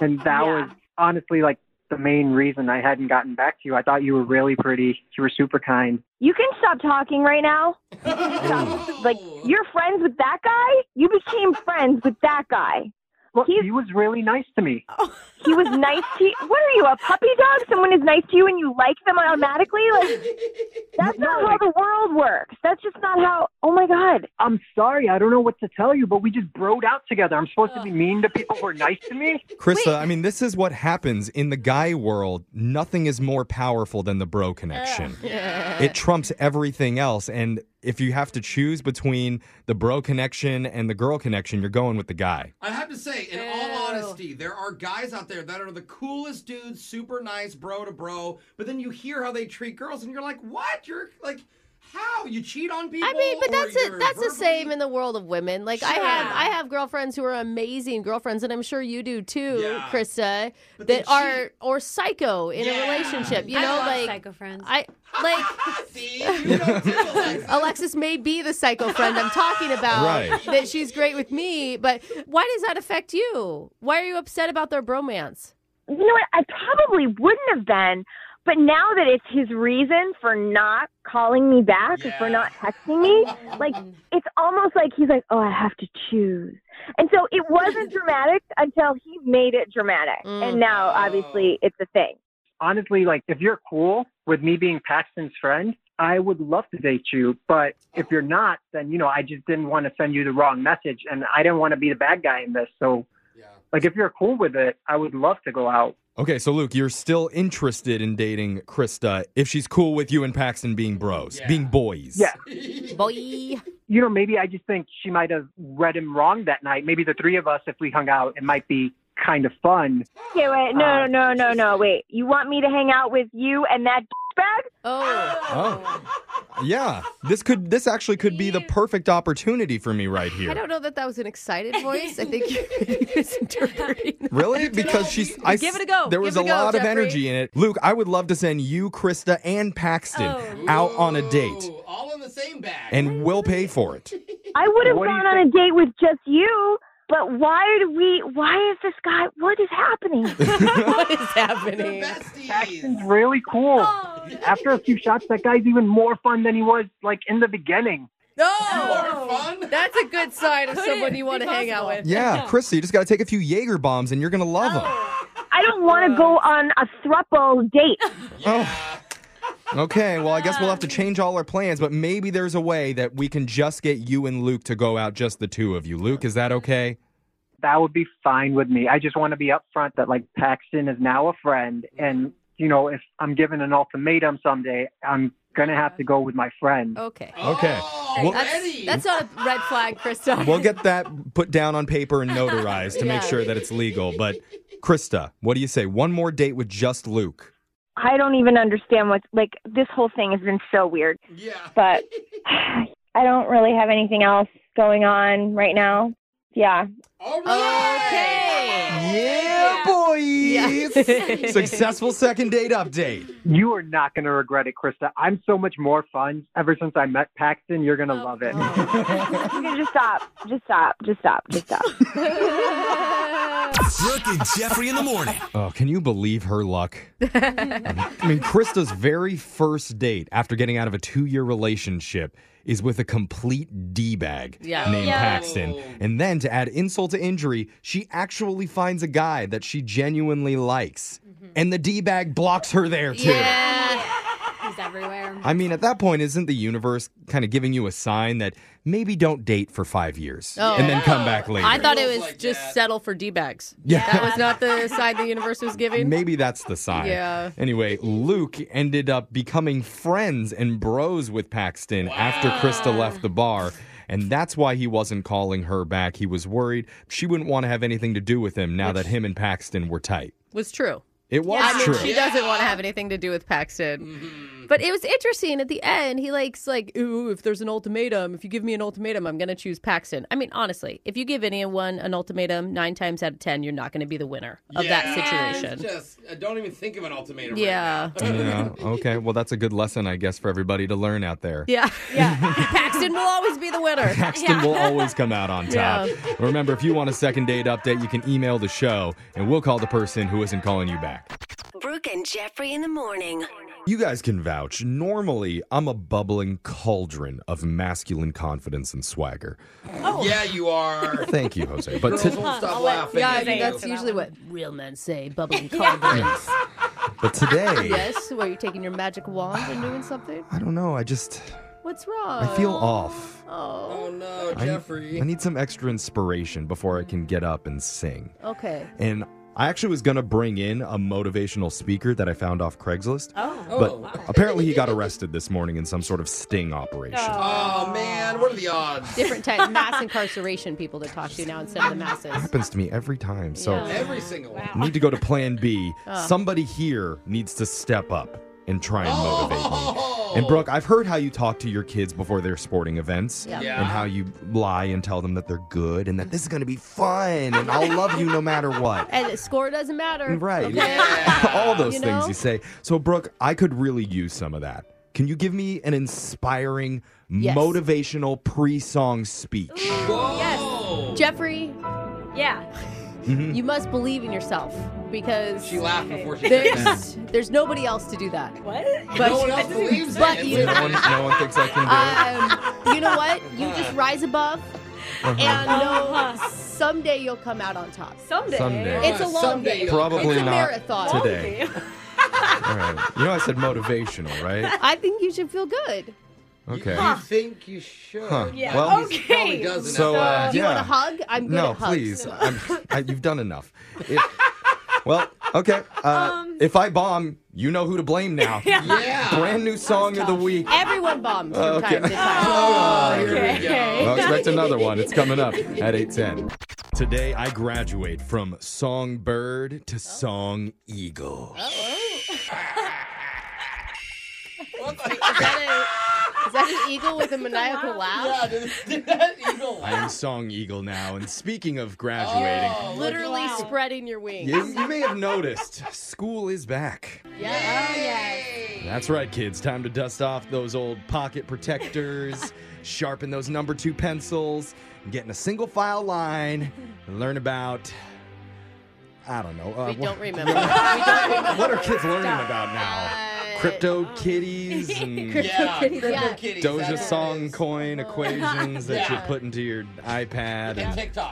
S8: and that was honestly like the main reason I hadn't gotten back to you. I thought you were really pretty. You were super kind.
S15: You can stop talking right now. You can stop. like you're friends with that guy. You became friends with that guy.
S8: Well, he was really nice to me.
S15: He was nice to you. What are you, a puppy dog? Someone is nice to you and you like them automatically? Like that's not how the world works. That's just not how. Oh my god.
S8: I'm sorry. I don't know what to tell you, but we just broed out together. I'm supposed to
S15: Oh.
S8: be mean to people who are nice to me.
S1: Krista, I mean, this is what happens in the guy world. Nothing is more powerful than the bro connection. It trumps everything else. And if you have to choose between the bro connection and the girl connection, you're going with the guy.
S3: I have to say, in all honesty, there are guys out there that are the coolest dudes, super nice, bro to bro. But then you hear how they treat girls, and you're like, "What? You're like, how you cheat on people?"
S2: I mean, but
S3: or
S2: that's a,
S3: you're
S2: that's the
S3: verbally-
S2: same in the world of women. Like I have I have girlfriends who are amazing girlfriends, and I'm sure you do too,
S6: Yeah.
S2: Krista.
S6: But they
S2: that are or psycho in
S6: Yeah.
S2: a relationship. You
S6: I
S2: know,
S6: love
S2: like
S6: psycho friends.
S2: I like. Alexis may be the psycho friend I'm talking about.
S6: Right.
S2: That she's great with me, but why does that affect you? Why are you upset about their bromance?
S15: you know what? I probably wouldn't have been, but now that it's his reason for not calling me back or for not texting me, like it's almost like he's like, "Oh, I have to choose." And so it wasn't dramatic until he made it dramatic, and now
S2: Mm-hmm.
S15: obviously it's a thing.
S8: honestly, like if you're cool with me being Paxton's friend, I would love to date you. But if you're not, then you know, I just didn't want to send you the wrong message and I didn't want to be the bad guy in this. So like if you're cool with it, I would love to go out.
S1: Okay, so Luke, you're still interested in dating Krista if she's cool with you and Paxton being bros, being boys.
S8: Yeah.
S2: Boy.
S8: You know, maybe I just think she might have read him wrong that night. Maybe the three of us, if we hung out, it might be kind of fun.
S15: Okay, wait, no,
S2: Ah.
S8: Uh,
S15: no, no, no, wait. You want me to hang out with you and that bag?
S2: Oh,
S1: Oh. Yeah. This could this actually could be the perfect opportunity for me right
S2: I
S1: here.
S2: don't know that that was an excited voice. I think you're misinterpreting.
S1: Really? Because she's I
S2: Give it a
S1: s-
S2: go.
S1: There was
S2: Give
S1: a
S2: it a go,
S1: lot of
S2: Jeffrey.
S1: energy in it. Luke, I would love to send you, Krista, and Paxton out on a date.
S3: Oh. all in the same bag.
S1: And we'll pay for it.
S15: I would have
S1: What do you
S15: gone on a date with just you, but why do we? Why is this guy? What is happening?
S2: what is happening?
S8: Paxton's really cool. After a few shots, that guy's even more fun than he was like in the beginning.
S2: No, that's a good sign of someone you want to hang out with.
S1: Yeah, Krista, you just gotta take a few Jaeger bombs and you're gonna love them.
S3: Oh.
S15: I don't want to go on a thruple date.
S1: Oh. Okay, well, I guess we'll have to change all our plans, but maybe there's a way that we can just get you and Luke to go out, just the two of you. Luke, is that okay?
S8: that would be fine with me. I just want to be upfront that like Paxton is now a friend, and you know if I'm given an ultimatum someday, I'm gonna have to go with my friend.
S2: Okay.
S8: Oh,
S1: Okay. We'll-
S2: That's, that's not a red flag, Krista.
S1: We'll get that put down on paper and notarized to make
S2: Yeah.
S1: sure that it's legal. But Krista, what do you say? One more date with just Luke.
S15: I don't even understand what like this whole thing has been so weird.
S3: Yeah.
S15: But I don't really have anything else going on right now. Yeah.
S2: Oh,
S1: Yeah, Oh, boys. Successful second date update.
S8: You are not going to regret it, Krista. I'm so much more fun ever since I met Paxton. You're going to love it.
S15: You can just stop. Just stop. Just stop. Just stop.
S16: Brooke and Jeffrey in the morning.
S1: Oh, can you believe her luck? I mean, Krista's very first date after getting out of a two year relationship is with a complete D bag
S2: Yeah.
S1: named
S2: Yeah.
S1: Paxton. And then to add insult to injury, she actually finds a guy that she genuinely likes.
S2: Mm-hmm.
S1: And the D bag blocks her there too.
S6: He's everywhere.
S1: I mean, at that point, isn't the universe kind of giving you a sign that maybe don't date for five years
S2: Oh.
S1: and then come back later?
S2: I thought it was just settle for D bags.
S1: Yeah.
S2: That was not the side the universe was giving.
S1: Maybe that's the sign.
S2: Yeah.
S1: Anyway, Luke ended up becoming friends and bros with Paxton after Krista left the bar. And that's why he wasn't calling her back. He was worried she wouldn't want to have anything to do with him now that him and Paxton were tight.
S2: was true.
S1: It was
S2: I mean,
S1: true.
S2: she doesn't want to have anything to do with Paxton. But it was interesting at the end. He likes like, ooh, if there's an ultimatum, if you give me an ultimatum, I'm gonna choose Paxton. I mean, honestly, if you give anyone an ultimatum, nine times out of ten, you're not gonna be the winner of that situation.
S3: Just uh, don't even think of an ultimatum.
S2: yeah.
S1: yeah. Okay. Well, that's a good lesson, I guess, for everybody to learn out there.
S2: Yeah. Yeah. Paxton will always be the winner.
S1: Paxton will always come out on top.
S2: Yeah.
S1: Remember, if you want a second date update, you can email the show and we'll call the person who isn't calling you back.
S7: Brooke and Jeffrey in the morning.
S1: You guys can vouch. Normally, I'm a bubbling cauldron of masculine confidence and swagger.
S3: Oh. Yeah, you are.
S1: Thank you, Jose. But
S3: Girls
S1: to-
S3: won't stop laughing.
S2: Yeah,
S3: at
S2: I mean,
S3: you.
S2: that's usually what real men say, bubbling cauldron.
S1: but today,
S2: yes, where you're taking your magic wand and doing something.
S1: I don't know. I just
S2: What's wrong?
S1: I feel off.
S2: Oh,
S3: no,
S1: I- I, need some extra inspiration before I can get up and sing.
S2: Okay.
S1: And I actually was gonna bring in a motivational speaker that I found off Craigslist.
S2: Oh.
S1: But
S3: Oh.
S1: apparently, he got arrested this morning in some sort of sting operation.
S3: Oh man, what are the odds?
S2: Different type mass incarceration people to talk to now instead of the masses.
S1: Happens to me every time. So
S3: Every single one.
S1: need to go to plan B.
S2: Oh.
S1: Somebody here needs to step up and try and
S2: Oh.
S1: motivate me. And Brooke, I've heard how you talk to your kids before their sporting events
S2: Yeah.
S1: and how you lie and tell them that they're good and that this is going to be fun and I'll love you no matter what.
S2: And the score doesn't matter.
S1: Right.
S2: Okay?
S1: All those
S2: You
S1: things
S2: know?
S1: you say. So Brooke, I could really use some of that. Can you give me an inspiring
S2: Yes.
S1: motivational pre-song speech?
S2: Yes. Jeffrey. Yeah.
S1: Mhm.
S2: You must believe in yourself because
S3: She laughed before she said
S2: there's, there's nobody else to do that. What? But,
S3: No one else believes
S2: but
S3: it.
S2: you.
S1: no, one, no one thinks I can do it.
S2: Um, you know what? You just rise above
S1: Uh-huh.
S2: and know someday you'll come out on top. Someday.
S1: Someday.
S2: It's a long
S1: Someday
S2: day.
S1: you'll Probably
S2: it's a
S1: not
S2: marathon.
S1: today. All right. You know, I said motivational, right?
S2: I think you should feel good.
S1: Okay.
S3: You think you should?
S1: Huh. Well,
S3: Probably doesn't.
S1: So, uh,
S2: Do you want
S1: yeah.
S2: a hug? I'm good
S1: no,
S2: at hugs.
S1: please. I'm, I, you've done enough. It- well, okay. Uh, if I bomb, you know who to blame now.
S2: Um, Yeah.
S1: Brand new song of the week.
S2: Everyone bombs from
S1: Uh, okay.
S2: time to time.
S1: Oh, Well, expect another one. It's coming up at 8:10. Today I graduate from songbird to song eagle.
S2: Is that, a, is that an eagle with a maniacal laugh?
S3: Yeah, did that eagle
S1: I am song eagle now. And speaking of graduating,
S3: Oh,
S2: Oh, Literally spreading your wings.
S1: You, you may have noticed school is back.
S2: Yeah. Oh, yes.
S1: That's right, kids. Time to dust off those old pocket protectors, sharpen those number two pencils, get in a single file line, and learn about. I don't know. Uh,
S2: We
S1: what-
S2: don't remember. We don't remember.
S1: What are kids learning about now? Crypto kitties and
S2: Yeah, Crypto kitties, yeah. Uh-huh.
S1: Doja Song coin equations that you
S2: Yeah.
S1: put into your iPad. and-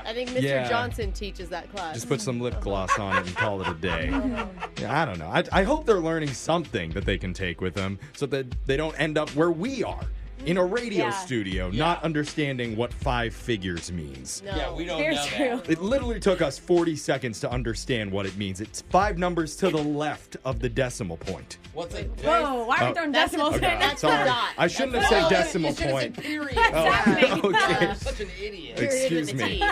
S2: I think Mr.
S1: Yeah.
S2: Johnson teaches that class.
S1: Just put some lip gloss on it and call it a day. Yeah, I don't know. I, I hope they're learning something that they can take with them so that they don't end up where we are in a radio
S2: Yeah.
S1: studio, not understanding what five figures means.
S2: No. Yeah,
S3: we don't
S2: Very
S3: know that.
S2: true.
S1: It literally took us 40 seconds to understand what it means. It's five numbers to the left of the decimal point.
S3: What's it?
S4: Whoa, why are
S1: Oh.
S4: we throwing decimals
S1: Okay,
S4: right now?
S1: sorry. I shouldn't have said decimal point.
S4: Exactly.
S1: okay.
S3: Such an idiot.
S1: Excuse me.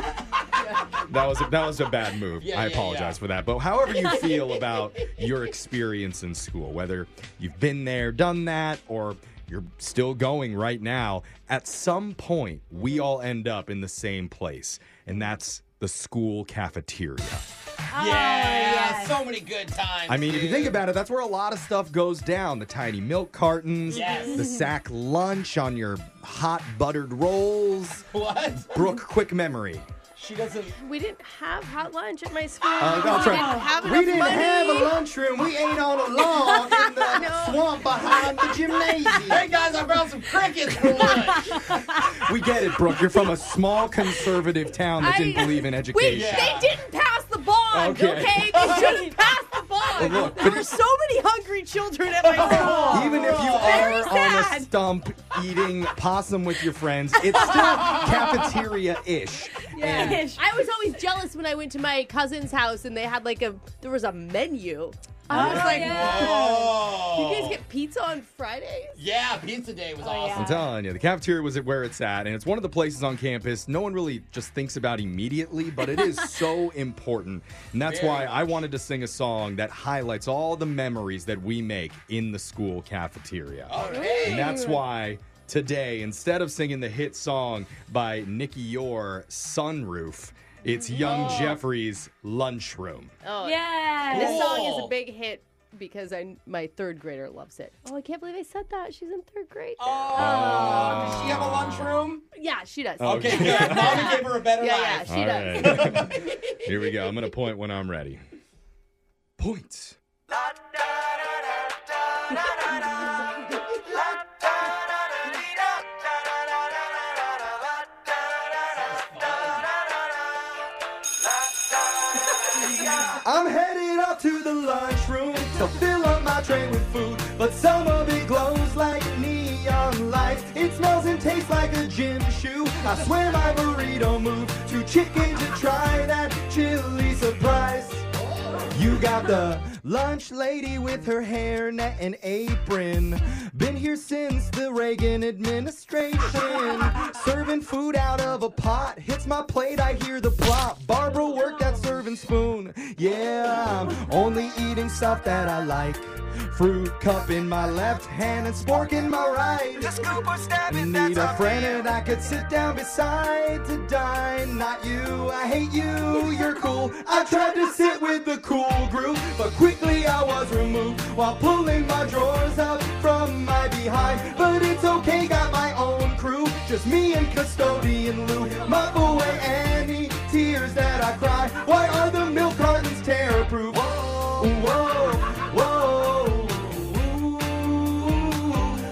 S1: That was a, that was a bad move.
S3: Yeah,
S1: I
S3: yeah,
S1: apologize for that. But however you feel about your experience in school, whether you've been there, done that, or
S4: you're still going right now. At some point, we all end up in the same place, and that's the school cafeteria. Oh,
S3: yeah, so many good times.
S4: I mean, if you think about it, that's where a lot of stuff goes down. The tiny milk cartons,
S3: Yes.
S4: the sack lunch on your hot buttered rolls.
S3: What?
S4: Brooke, quick memory.
S3: She doesn't.
S2: We didn't have hot lunch at my school.
S4: Uh, that's
S2: we
S4: right.
S2: didn't have
S4: We
S2: enough
S4: didn't
S2: money.
S4: have a lunchroom. We ate on a lawn in the swamp behind the gymnasium.
S3: Hey guys, I brought some crickets for lunch.
S4: We get it, Brooke. You're from a small conservative town that didn't
S2: I-
S4: believe in
S2: We,
S4: education.
S2: They didn't pass the bond,
S4: Okay.
S2: okay? They shouldn't pass the bond.
S4: Well, look,
S2: there were so many hungry children at my school.
S4: Even if you
S2: It's very
S4: are on a
S2: sad.
S4: stump eating possum with your friends, it's still cafeteria-ish.
S2: Yeah. I was always jealous when I went to my cousin's house and they had like a there was a menu. I was
S3: Oh,
S2: like, "Whoa, you
S3: yeah. Whoa.
S4: Oh.
S2: guys get pizza on Fridays?
S3: Yeah, pizza day was
S4: I'm
S3: awesome.
S4: telling you, the cafeteria was at where it's at, and it's one of the places on campus no one really just thinks about immediately, but it is so important. And that's
S3: Very
S4: why I wanted to sing a song that highlights all the memories that we make in the school cafeteria. And that's why today, instead of singing the hit song by Nikki Yore, Sunroof, it's Young
S2: Oh.
S4: Jeffrey's Lunchroom.
S2: Oh,
S17: Yes.
S2: This song is a
S17: Cool.
S2: big hit because I my third grader loves it. Oh, I can't believe I said that. She's in third grade.
S3: Oh, does she have a lunchroom?
S2: Yeah, she does.
S4: Okay.
S3: good. Mommy gave her a better
S2: Yeah,
S3: life.
S2: yeah, she does.
S4: Here we go. I'm going to point when I'm ready. Point. I'm headed up to the lunchroom to fill up my tray with food. But some of it glows like neon lights. It smells and tastes like a gym shoe. I swear my burrito moved to chicken to try that chili surprise. You got the lunch lady with her hairnet and apron. Been here since the Reagan administration. Serving food out of a pot. Hits my plate, I hear the plop. Barbara worked that serving spoon. Yeah, I'm only eating stuff that I like. Fruit cup in my left hand and spork in my right. Need a friend that I could sit down beside to dine. Not you, I hate you, you're cool. I tried to sit with the cool group, but quickly I was removed while pulling my drawers up from my behind. But it's okay, got my own crew, just me and custodian Lou. Mop away any tears that I cry. Why are the milk cartons tear proof? Whoa, whoa, whoa.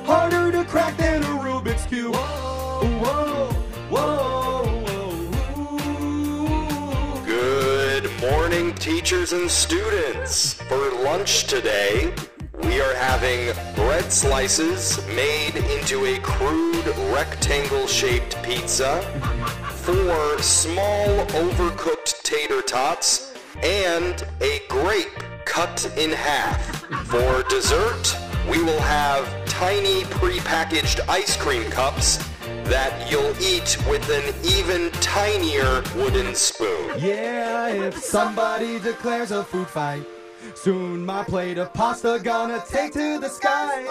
S4: Harder to crack than a Rubik's Cube. Whoa, whoa,
S18: Good morning, teachers and students. For lunch today, we are having bread slices made into a crude rectangle shaped pizza, four small overcooked tater tots, and a grape cut in half. For dessert, we will have tiny prepackaged ice cream cups that you'll eat with an even tinier wooden spoon.
S4: Yeah, if somebody declares a food fight, soon my plate of pasta gonna take to the sky.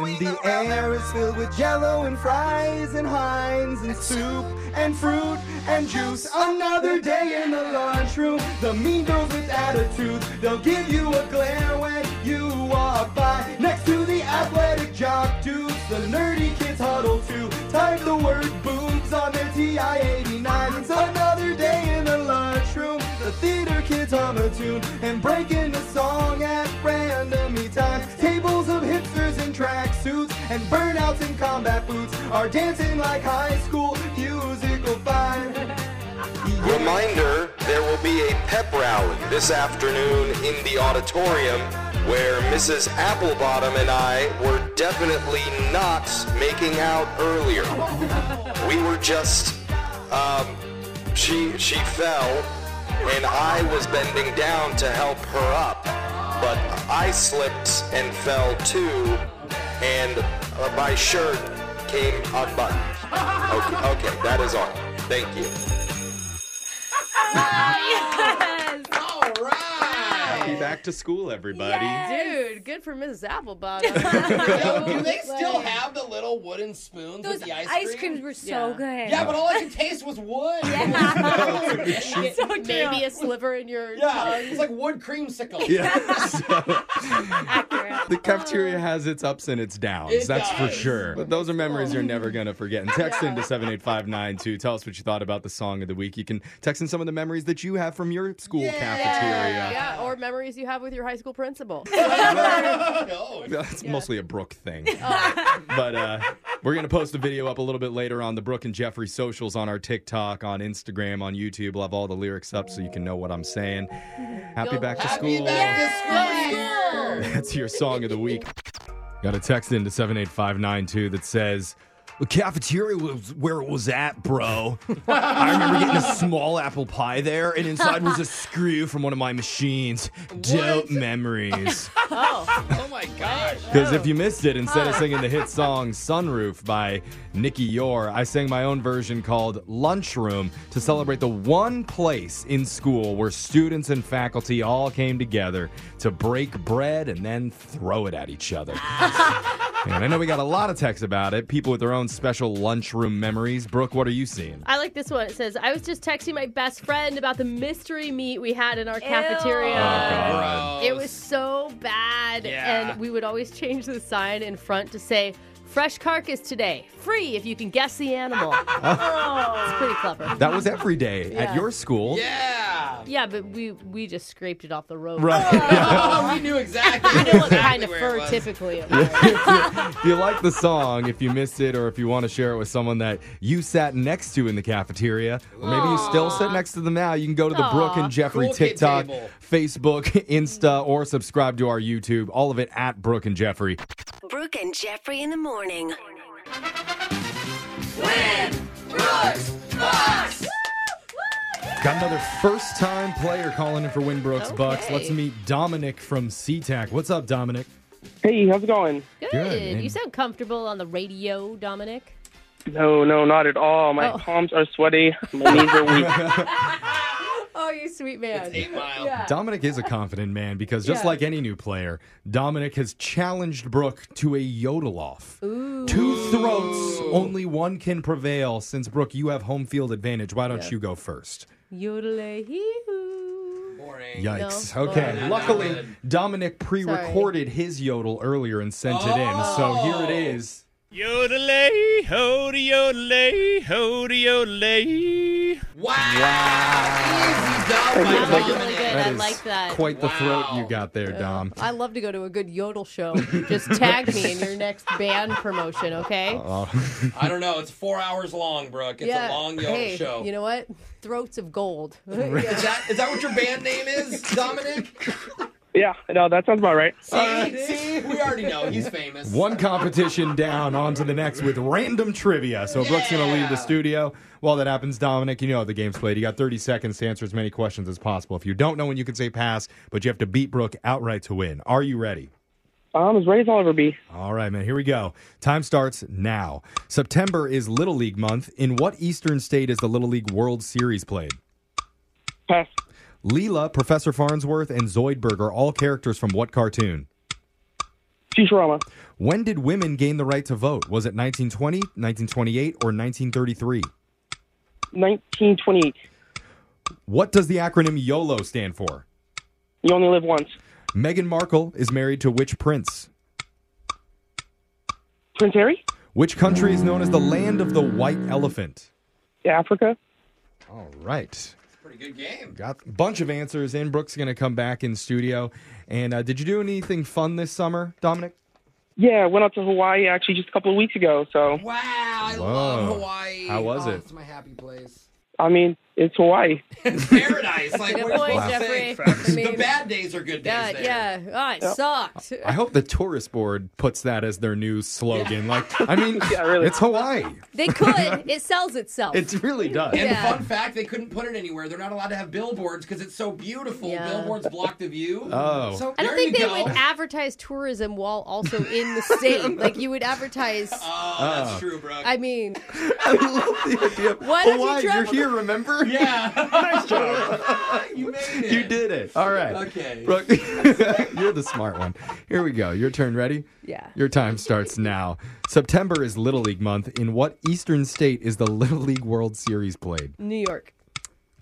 S4: And the air is filled with jello and fries and Heinz and soup and fruit and juice. Another day in the lunchroom. The mean girls with attitudes, they'll give you a glare when you walk by. Next to the athletic jock dudes, the nerdy kids huddle too. Type the word boobs on their TI 89. It's another day in the lunchroom. The theater kids hum a tune and break into song at random e times. Tables of hipsters in tracksuits and burnouts in combat boots are dancing like high school musical fire.
S18: Reminder, there will be a pep rally this afternoon in the auditorium where Mrs. Applebottom and I were definitely not making out earlier. We were just, um, she, she fell and I was bending down to help her up, but I slipped and fell too and uh, my shirt came unbuttoned. Okay, okay, that is all. Thank you.
S3: All right.
S4: Happy back
S19: back to school, everybody.
S2: Dude, good for Mrs. Applebottom.
S3: Do they still have the little wooden spoons
S4: Those
S3: with the ice,
S4: ice
S3: cream?
S4: creams were so
S3: Yeah.
S4: good.
S3: Yeah, but all I could taste was wood.
S2: So Maybe a sliver in your
S3: Yeah,
S2: tongue.
S3: it's like wood creamsicle.
S1: Yeah. The cafeteria has its ups and its downs,
S3: It
S1: that's for
S3: does.
S1: sure. But those are memories you're never going to forget. And text into 78592. Tell us what you thought about the song of the week. You can text in some of the memories that you have from your school cafeteria.
S2: Yeah, or memories you have with your high school principal.
S1: That's mostly a Brooke thing. but uh, we're going to post a video up a little bit later on the Brooke and Jeffrey socials on our TikTok, on Instagram, on YouTube. We'll have all the lyrics up so you can know what I'm saying. Happy
S3: Go-
S1: back to
S3: Happy
S1: school.
S3: back to school.
S1: That's your song of the week. Got a text into 78592 that says, the cafeteria was where it was at, bro. I remember getting a small apple pie there, and inside was a screw from one of my machines. Dope memories.
S2: oh.
S3: oh my gosh.
S1: Because if you missed it, instead of singing the hit song Sunroof by Nikki Yore, I sang my own version called Lunchroom to celebrate the one place in school where students and faculty all came together to break bread and then throw it at each other. and I know we got a lot of texts about it, people with their own special lunchroom memories. Brooke, what are you seeing?
S2: I like this one. It says, I was just texting my best friend about the mystery meat we had in our cafeteria.
S1: God.
S2: It was so bad.
S1: Oh, Yeah.
S2: And we would always change the sign in front to say, Fresh carcass today. Free if you can guess the animal. It's pretty clever.
S1: That was every day
S2: Yeah.
S1: at your school.
S3: Yeah.
S2: Yeah, but we we just scraped it off the road.
S1: Right. Oh,
S3: we knew exactly.
S2: We know what kind of
S3: exactly where it
S2: fur
S3: was.
S2: typically it was.
S1: if you like the song, if you missed it, or if you want to share it with someone that you sat next to in the cafeteria, or maybe you still sit next to them now, you can go to the Brooke
S2: Aw.
S1: and Jeffrey
S2: Cool kid
S1: TikTok,
S2: table.
S1: Facebook, Insta, or subscribe to our YouTube. All of it at Brooke and Jeffrey.
S7: Brooke and Jeffrey in the morning.
S1: Got another first time player calling in for Win Brooks Bucks.
S2: Okay.
S1: Let's meet Dominic from SeaTac. What's up, Dominic?
S20: Hey, how's it going?
S2: Good.
S1: Good.
S2: You sound comfortable on the radio, Dominic.
S20: No, no, not at all. My
S2: Oh.
S20: palms are sweaty. My knees are weak.
S2: Oh, you sweet man. eight mile.
S1: Dominic is a confident man because just
S2: Yeah.
S1: like any new player, Dominic has challenged Brooke to a yodel off. Two throats, only one can prevail. Since Brooke, you have home field advantage. Why don't
S2: Yeah.
S1: you go first?
S2: Yodel Boring.
S1: Yikes. okay. Luckily, Dominic pre-recorded his yodel earlier and sent it in. So
S2: Oh.
S1: here it is.
S21: Yodelay, hody, yodelay, hody, yodelay.
S2: That was
S1: Dominic.
S2: really good.
S1: That
S2: I
S1: is
S2: like that.
S1: Quite the throat you got there, Dom.
S2: I love to go to a good yodel show. Just tag me in your next band promotion, okay?
S1: Oh.
S3: I don't know. It's four hours long, Brooke. It's a long yodel
S2: hey,
S3: show.
S2: You know what? Throats of gold.
S3: is that is that what your band name is, Dominic?
S20: yeah, no, that sounds about right.
S3: See, we already know he's famous.
S1: One competition down, on to the next with random trivia. So Brooke's going to leave the studio. While that happens, Dominic, you know how the game's played. You got 30 seconds to answer as many questions as possible. If you don't know when you can say pass, but you have to beat Brooke outright to win. Are you ready?
S20: I'm as ready as I'll ever be.
S1: All right, man, here we go. Time starts now. September is Little League month. In what Eastern state is the Little League World Series played?
S20: Pass.
S1: Leela, Professor Farnsworth, and Zoidberg are all characters from what cartoon?
S20: Futurama.
S1: When did women gain the right to vote? Was it 1920, 1928, or 1933?
S20: 1928.
S1: What does the acronym YOLO stand for?
S20: You only live once.
S1: Meghan Markle is married to which prince?
S20: Prince Harry?
S1: Which country is known as the land of the white elephant?
S20: Africa?
S1: All right. Pretty good game. Got a bunch of answers in. Brooke's going to come back in studio. And uh, did you do anything fun this summer, Dominic?
S20: Yeah, I went out to Hawaii actually just a couple of weeks ago. So,
S3: Wow, I love Hawaii.
S1: How was
S3: Oh,
S1: it?
S3: It's my happy place.
S20: I mean, it's Hawaii.
S3: Paradise. Like
S2: Good
S3: what are you
S2: point,
S3: supposed to
S2: Jeffrey.
S3: say?
S2: I mean-
S3: the bad days are good days.
S2: Yeah,
S3: there.
S2: yeah. Oh, it
S3: Yep.
S2: sucked.
S1: I hope the tourist board puts that as their new slogan. Like, I mean, it's Hawaii.
S2: They could. It sells itself.
S1: It really does.
S3: Oh. And fun fact, they couldn't put it anywhere. They're not allowed to have billboards because it's so beautiful. Billboards block the view.
S1: Oh.
S3: So
S2: I don't
S3: there
S2: think
S3: you
S2: they
S3: go.
S2: would advertise tourism while also in the state. like you would advertise.
S3: Oh, that's true, bro.
S2: I mean,
S1: Ah. I love the idea.
S2: Why don't you
S1: Hawaii,
S2: travel
S1: Oh, you're here, remember?
S3: Yeah.
S5: nice job.
S3: you made it.
S1: You did it. All right.
S3: Okay.
S1: Brooke, you're the smart one. Here we go. Your turn. Ready?
S2: Yeah.
S1: Your time starts now. September is Little League month. In what eastern state is the Little League World Series played?
S2: New York.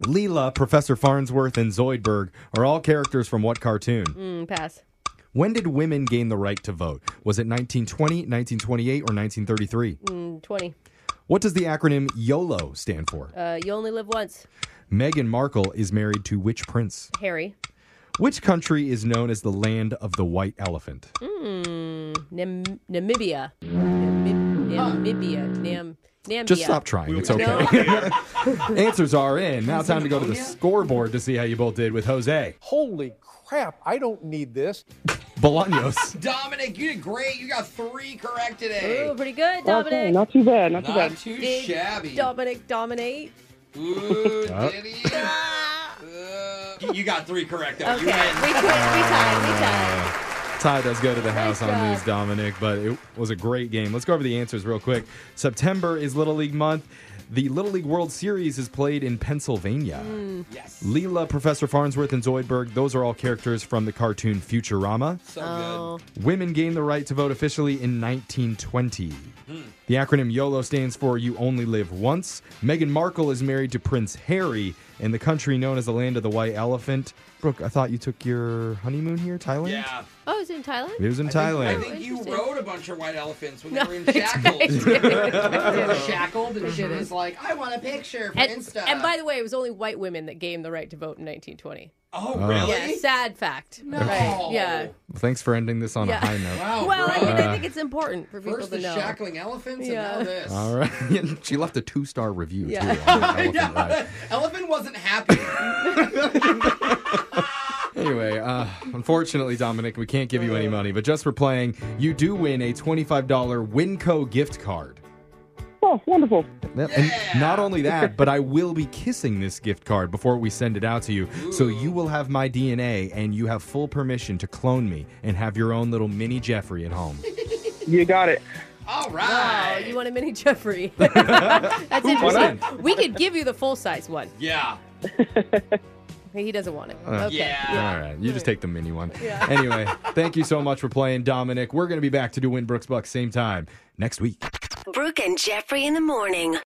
S1: Leela, Professor Farnsworth, and Zoidberg are all characters from what cartoon?
S2: Mm, pass.
S1: When did women gain the right to vote? Was it 1920, 1928, or 1933?
S2: Mm, 20.
S1: What does the acronym YOLO stand for?
S2: Uh, you only live once.
S1: Meghan Markle is married to which prince?
S2: Harry.
S1: Which country is known as the land of the white elephant?
S2: Mm, Nam- Namibia. Namib- Namibia. Nam- Namibia.
S1: Just stop trying. It's okay. Answers are in. Now time to go to the scoreboard to see how you both did with Jose.
S19: Holy crap, I don't need this.
S1: Bolaños.
S3: Dominic, you did great. You got three correct today.
S2: Ooh, pretty good, Dominic.
S20: Okay, not too bad, not too
S3: Not
S20: bad.
S3: too
S2: Did
S3: shabby.
S2: Dominic dominate.
S3: Ooh,
S20: Yep.
S3: did he? Uh, you- you got three correct, though.
S2: Okay,
S3: You
S2: we
S3: win.
S2: quit. We tied. We tied.
S1: Ty does go to the house
S2: Nice
S1: on
S2: job.
S1: these, Dominic, but it was a great game. Let's go over the answers real quick. September is Little League month. The Little League World Series is played in Pennsylvania.
S3: Yes.
S1: Leela, Professor Farnsworth, and Zoidberg, those are all characters from the cartoon Futurama.
S3: So oh.
S1: Women gained the right to vote officially in 1920.
S3: Hmm.
S1: The acronym YOLO stands for You Only Live Once. Meghan Markle is married to Prince Harry in the country known as the Land of the White Elephant. Brooke, I thought you took your honeymoon here, Thailand?
S3: Yeah.
S2: Oh, it's in Thailand.
S1: It was in
S3: I think-
S1: Thailand.
S3: I think you rode a bunch of white elephants when
S2: No,
S3: they were Uh-huh. in
S2: I
S3: shackles. They
S2: did.
S3: were shackled and shit. It's like, I want a picture for
S2: Mm-hmm. And,
S3: Insta.
S2: and by the way, it was only white women that gained the right to vote in 1920.
S3: Oh,
S1: Oh. really?
S2: Yeah, sad fact. No. Right. Yeah.
S1: Thanks for ending this on
S2: yeah.
S1: a high note.
S2: well, I, mean, I
S1: Uh,
S2: think it's important for people
S3: First
S2: to
S3: the
S2: know.
S3: shackling elephants
S2: Yeah.
S3: and now this.
S1: all right. she left a two star review,
S3: Yeah.
S1: too. on that
S3: I
S1: elephant
S3: know.
S1: ride.
S3: Elephant wasn't happy.
S1: Anyway, uh, unfortunately, Dominic, we can't give you any money, but just for playing, you do win a $25 Winco gift card.
S20: Oh, wonderful.
S1: Yep, And not only that, but I will be kissing this gift card before we send it out to you. So you will have my DNA and you have full permission to clone me and have your own little mini Jeffrey at home.
S20: You got it.
S3: All
S2: Wow,
S3: right.
S2: you want a mini Jeffrey. That's
S1: Who
S2: interesting.
S1: wouldn't?
S2: We could give you the full size one.
S3: Yeah.
S2: He doesn't want it.
S1: Uh,
S2: okay.
S1: All right. You just take the mini one.
S2: Yeah.
S1: Anyway, thank you so much for playing, Dominic. We're going to be back to do Win Brooks Bucks same time next week.
S7: Brooke and Jeffrey in the morning.